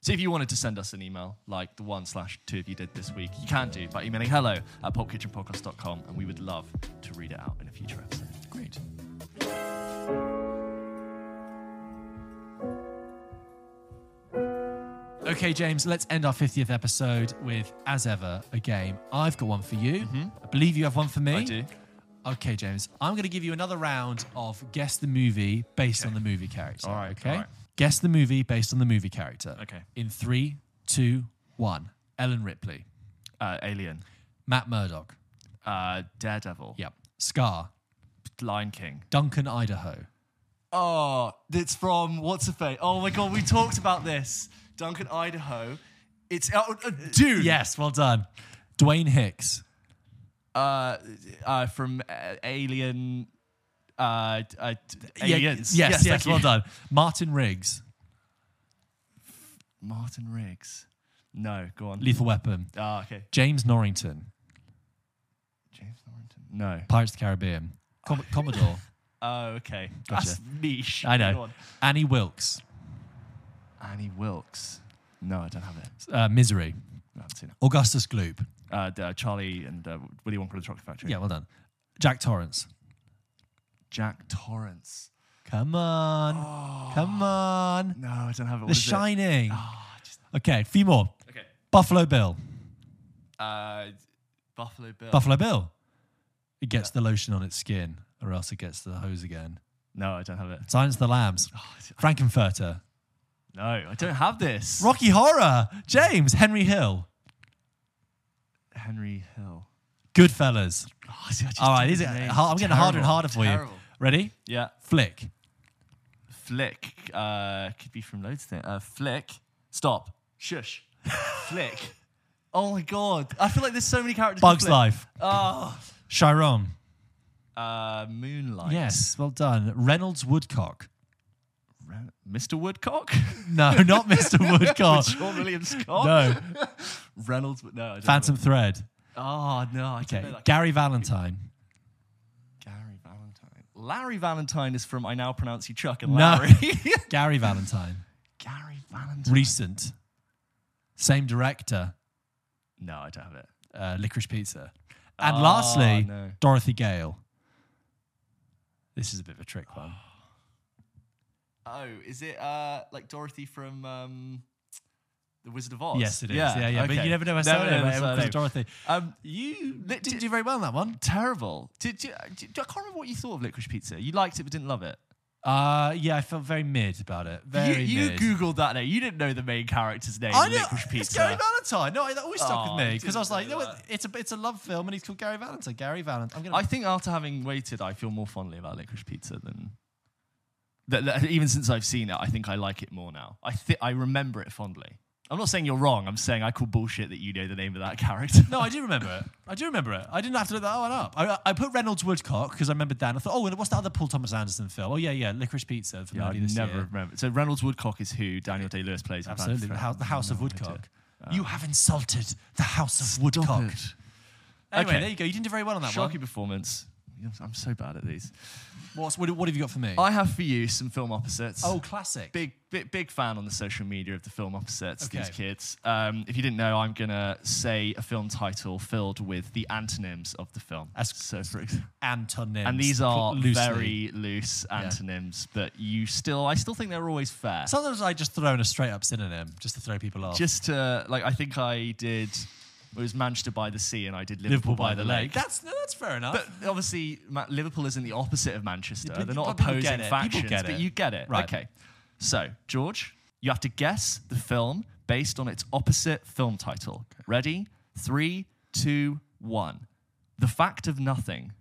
Speaker 1: So if you wanted to send us an email, like the one slash two of you did this week, you can do by emailing hello at popkitchenpodcast.com and we would love to read it out in a future episode.
Speaker 2: Great. Okay, James, let's end our 50th episode with, as ever, a game. I've got one for you. I believe you have one for me.
Speaker 1: Mm-hmm. I do.
Speaker 2: Okay, James, I'm going to give you another round of guess the movie based on the movie character.
Speaker 1: All right,
Speaker 2: Okay.
Speaker 1: all right.
Speaker 2: Guess the movie based on the movie character.
Speaker 1: Okay.
Speaker 2: In three, two, one. Ellen Ripley,
Speaker 1: Uh, Alien,
Speaker 2: Matt Murdock.
Speaker 1: uh, Daredevil,
Speaker 2: Yep. Scar,
Speaker 1: Lion King.
Speaker 2: Duncan, Idaho.
Speaker 1: Oh, it's from what's a fate? Oh my god, we talked about this. Duncan, Idaho. It's uh, uh, dude.
Speaker 2: Yes, well done. Dwayne Hicks,
Speaker 1: Uh, uh, from uh, Alien. Uh, d- uh, d-
Speaker 2: Yeah,
Speaker 1: aliens.
Speaker 2: Yes, yes,
Speaker 1: thank you.
Speaker 2: well done. Martin Riggs,
Speaker 1: Martin Riggs. No, go on.
Speaker 2: Lethal Weapon.
Speaker 1: Ah, okay.
Speaker 2: James Norrington,
Speaker 1: James Norrington. No.
Speaker 2: Pirates of the Caribbean.
Speaker 1: <laughs>
Speaker 2: Com- Commodore.
Speaker 1: Oh, okay.
Speaker 2: Gotcha.
Speaker 1: That's niche.
Speaker 2: I
Speaker 1: Go
Speaker 2: know.
Speaker 1: on.
Speaker 2: Annie Wilkes,
Speaker 1: Annie Wilkes. No, I don't have it.
Speaker 2: uh, Misery.
Speaker 1: No, I haven't seen it.
Speaker 2: Augustus Gloop.
Speaker 1: Uh, d- uh, Charlie and uh, Willy Wonka and the Chocolate Factory.
Speaker 2: Yeah, well done. Jack Torrance.
Speaker 1: Jack Torrance.
Speaker 2: Come on. Come on.
Speaker 1: No, I don't have Ah. it.
Speaker 2: the Shining.
Speaker 1: Ah, just-
Speaker 2: Okay, a few more.
Speaker 1: okay.
Speaker 2: Buffalo Bill.
Speaker 1: Uh, Buffalo Bill.
Speaker 2: Buffalo Bill. It gets the lotion on its skin, or else it gets the hose again.
Speaker 1: no, I don't have it.
Speaker 2: Silence of the Lambs.
Speaker 1: Ah,
Speaker 2: <sighs> Frankenfurter.
Speaker 1: No, I don't have this.
Speaker 2: Rocky Horror. James. Henry Hill.
Speaker 1: Henry Hill.
Speaker 2: Goodfellas.
Speaker 1: Oh, see, I just
Speaker 2: All right,
Speaker 1: don't
Speaker 2: these are,
Speaker 1: know names.
Speaker 2: hard- I'm getting harder and
Speaker 1: Terrible.
Speaker 2: harder for
Speaker 1: Terrible.
Speaker 2: you. Ready?
Speaker 1: Yeah.
Speaker 2: Flick.
Speaker 1: Flick. Uh, could be from loads of things. Uh, flick. Stop. <laughs> Shush. Flick. Oh my god. I feel like there's so many characters. called
Speaker 2: Bugs
Speaker 1: Flick.
Speaker 2: Life.
Speaker 1: Oh.
Speaker 2: Chiron.
Speaker 1: Uh, Moonlight.
Speaker 2: Yes, well done. Reynolds Woodcock.
Speaker 1: Re- Mr.
Speaker 2: <laughs>
Speaker 1: Woodcock? <laughs>
Speaker 2: No, not Mr. Woodcock.
Speaker 1: Sean William Scott?
Speaker 2: No,
Speaker 1: Reynolds? No, I don't
Speaker 2: Phantom Thread.
Speaker 1: Know. Oh, no. I don't
Speaker 2: Okay,
Speaker 1: know that.
Speaker 2: Gary Valentine.
Speaker 1: Gary Valentine. Larry Valentine is from I Now Pronounce You Chuck and
Speaker 2: No. <laughs>
Speaker 1: Larry.
Speaker 2: Gary Valentine.
Speaker 1: Gary Valentine.
Speaker 2: Recent. Same director.
Speaker 1: no, I don't have it.
Speaker 2: uh, licorice pizza. And
Speaker 1: Ah,
Speaker 2: lastly,
Speaker 1: no.
Speaker 2: Dorothy Gale. This is a bit of a trick one.
Speaker 1: Oh, is it uh, like Dorothy from um, The Wizard of Oz?
Speaker 2: Yes, it is. Yeah, yeah. But you never know her
Speaker 1: Never know
Speaker 2: surname.
Speaker 1: her
Speaker 2: eh, because
Speaker 1: surname.
Speaker 2: of Dorothy.
Speaker 1: Um, you
Speaker 2: Did, did you do very well on that one?
Speaker 1: terrible. Did, you- uh, did- I can't remember what you thought of licorice pizza. You liked it but didn't love it.
Speaker 2: Uh, yeah, I felt very mid about it. Very
Speaker 1: you you
Speaker 2: mid.
Speaker 1: googled that name. You didn't know the main character's name.
Speaker 2: I
Speaker 1: in
Speaker 2: know,
Speaker 1: licorice
Speaker 2: it's Gary
Speaker 1: pizza.
Speaker 2: Valentine. No, that always stuck
Speaker 1: Oh,
Speaker 2: with
Speaker 1: I
Speaker 2: me because I was
Speaker 1: didn't
Speaker 2: like, you
Speaker 1: know
Speaker 2: know what? It's a it's a love film and he's called Gary Valentine. Gary Valentine. I'm gonna.
Speaker 1: I think after having waited, I feel more fondly about licorice pizza than. That, that- even since I've seen it, I think I like it more now. I thi I remember it fondly. I'm not saying you're wrong. I'm saying I call bullshit that you know the name of that <laughs> character.
Speaker 2: no, I do remember it. I do remember it. I didn't have to look that one up. I, I put Reynolds Woodcock because I remembered that. And I thought, oh, and what's that other Paul Thomas Anderson film? Oh yeah, yeah, Licorice Pizza from
Speaker 1: I
Speaker 2: earlier this
Speaker 1: never
Speaker 2: year.
Speaker 1: remember. So Reynolds Woodcock is who Daniel Day Lewis plays. in Phantom
Speaker 2: Absolutely. The
Speaker 1: Thread.
Speaker 2: house, the house of
Speaker 1: No idea.
Speaker 2: Woodcock. you have insulted the house of Woodcock.
Speaker 1: Stop it.
Speaker 2: Anyway,
Speaker 1: Okay.
Speaker 2: there you go. You didn't do very well on <laughs> that
Speaker 1: Sharky performance. I'm so bad at these.
Speaker 2: one. What's, what, what have you got for me?
Speaker 1: I have for you some film opposites.
Speaker 2: oh, classic.
Speaker 1: big, big, big fan on the social media of the film opposites. These
Speaker 2: Okay.
Speaker 1: kids. Um, if you didn't know, I'm gonna say a film title filled with the antonyms of the film.
Speaker 2: As-
Speaker 1: so, for example,
Speaker 2: Antonyms.
Speaker 1: and these are
Speaker 2: Cl- loosely.
Speaker 1: very loose antonyms that you still. I still think they're always fair.
Speaker 2: Sometimes I just throw in a straight up synonym just to throw people off.
Speaker 1: Just to like, I think I did. It was Manchester by the sea, and I did Liverpool,
Speaker 2: Liverpool by the lake. That's no, that's fair enough.
Speaker 1: But obviously, Ma- Liverpool isn't the opposite of Manchester.
Speaker 2: but-
Speaker 1: They're not
Speaker 2: but people
Speaker 1: opposing
Speaker 2: get it. People
Speaker 1: factions,
Speaker 2: get
Speaker 1: but
Speaker 2: it.
Speaker 1: you get it.
Speaker 2: Right.
Speaker 1: Okay. So, George, you have to guess the film based on its opposite film title. Ready? Three, two, one. The Fact of Nothing.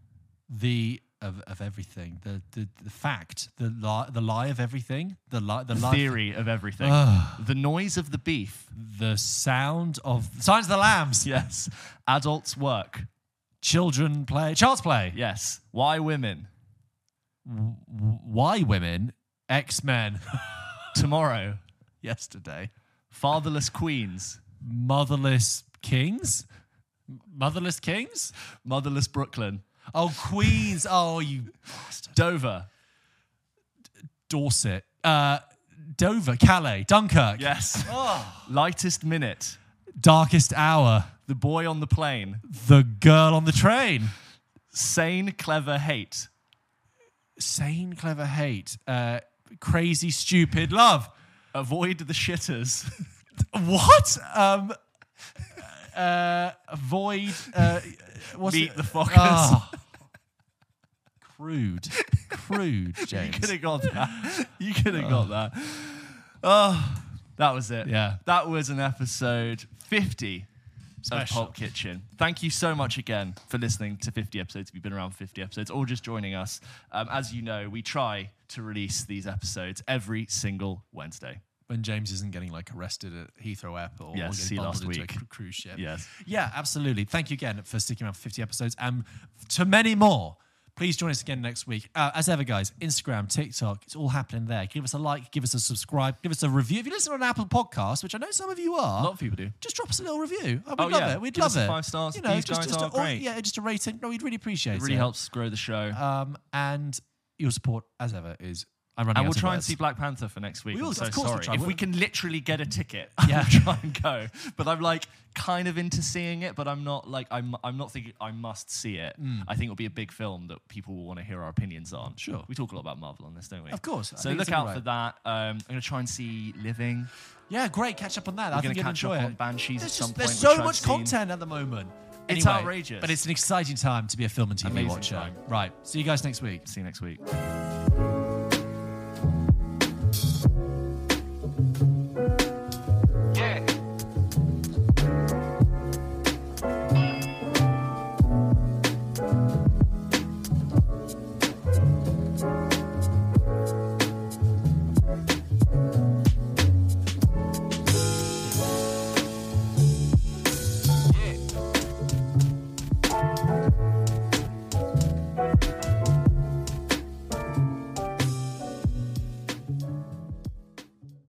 Speaker 2: the of, of everything, the, the the fact, the lie, the lie of everything, the lie, the lie,
Speaker 1: Theory of
Speaker 2: <sighs>
Speaker 1: everything. the Noise of the Beef.
Speaker 2: the sound of signs of the lambs,
Speaker 1: Yes. Adults Work.
Speaker 2: children play, child's play.
Speaker 1: Yes. Why Women?
Speaker 2: Why women? X Men.
Speaker 1: Tomorrow.
Speaker 2: Yesterday.
Speaker 1: Fatherless Queens.
Speaker 2: Motherless Kings? Motherless Kings?
Speaker 1: Motherless Brooklyn.
Speaker 2: Oh, Queens. Oh, you
Speaker 1: Dover.
Speaker 2: Dorset. Uh, Dover, Calais, Dunkirk.
Speaker 1: Yes. <laughs> Lightest Minute.
Speaker 2: Darkest Hour.
Speaker 1: The Boy on the Plane.
Speaker 2: The Girl on the Train.
Speaker 1: Sane, clever hate.
Speaker 2: Sane, Clever Hate. Uh, crazy, Stupid Love.
Speaker 1: Avoid the shitters.
Speaker 2: What? Um, uh, avoid. Uh, what's
Speaker 1: Meet
Speaker 2: it?
Speaker 1: the fuckers.
Speaker 2: Ah. Crude. <laughs> Crude,
Speaker 1: You could
Speaker 2: James.
Speaker 1: have got <laughs> that. You could have got that. Oh, that was it.
Speaker 2: Yeah.
Speaker 1: That was an episode 50
Speaker 2: Special.
Speaker 1: of Pulp Kitchen. Thank you so much again for listening to 50 episodes. If you've been around 50 episodes or just joining us, um, as you know, we try to release these episodes every single Wednesday.
Speaker 2: when James isn't getting like arrested at Heathrow Airport.
Speaker 1: Yes,
Speaker 2: or getting
Speaker 1: see
Speaker 2: bundled
Speaker 1: last
Speaker 2: into
Speaker 1: week.
Speaker 2: A cru- cruise ship.
Speaker 1: Yes.
Speaker 2: Yeah, absolutely. Thank you again for sticking around for 50 episodes and to many more. Please join us again next week. Uh, as ever, guys, Instagram, TikTok, it's all happening there. Give us a like, give us a subscribe, give us a review. If you listen on Apple Podcasts, which I know some of you are,
Speaker 1: A lot of people do.
Speaker 2: just drop us a little review. Oh, we'd
Speaker 1: Oh,
Speaker 2: love
Speaker 1: yeah.
Speaker 2: it. We'd
Speaker 1: Give
Speaker 2: love
Speaker 1: us the
Speaker 2: it.
Speaker 1: five stars.
Speaker 2: You know,
Speaker 1: These
Speaker 2: just,
Speaker 1: guys
Speaker 2: just
Speaker 1: are
Speaker 2: a, or-
Speaker 1: great.
Speaker 2: yeah, just a rating. No, we'd really appreciate
Speaker 1: It
Speaker 2: it.
Speaker 1: really helps grow the show.
Speaker 2: Um, and your support, as ever, is I'm running
Speaker 1: and
Speaker 2: out
Speaker 1: we'll
Speaker 2: of
Speaker 1: try and
Speaker 2: words.
Speaker 1: see Black Panther for next week.
Speaker 2: We will,
Speaker 1: I'm so
Speaker 2: of course we'll
Speaker 1: sorry.
Speaker 2: try.
Speaker 1: If
Speaker 2: We'll-
Speaker 1: we can literally get a
Speaker 2: <laughs>
Speaker 1: ticket,
Speaker 2: Yeah.
Speaker 1: I'll try and go. But I'm like kind of into seeing it, but I'm not like I'm I'm not thinking I must see it.
Speaker 2: Hmm.
Speaker 1: I think it'll be a big film that people will want to hear our opinions on.
Speaker 2: Sure.
Speaker 1: We talk a lot about Marvel on this, don't we?
Speaker 2: Of course. I
Speaker 1: So
Speaker 2: think
Speaker 1: look
Speaker 2: it's
Speaker 1: out
Speaker 2: all
Speaker 1: for
Speaker 2: right.
Speaker 1: that. Um, I'm gonna try and see Living.
Speaker 2: Yeah, great. Catch up on that.
Speaker 1: We're
Speaker 2: I
Speaker 1: gonna
Speaker 2: think you'll
Speaker 1: catch up
Speaker 2: enjoy it.
Speaker 1: on Banshees at
Speaker 2: There's
Speaker 1: some point.
Speaker 2: just- There's
Speaker 1: which
Speaker 2: so
Speaker 1: I've
Speaker 2: much
Speaker 1: seen.
Speaker 2: content at the moment.
Speaker 1: It's
Speaker 2: Anyway,
Speaker 1: outrageous.
Speaker 2: But it's an exciting time to be a film and TV
Speaker 1: Amazing
Speaker 2: watcher.
Speaker 1: time.
Speaker 2: Right. See you guys next week.
Speaker 1: See you next week.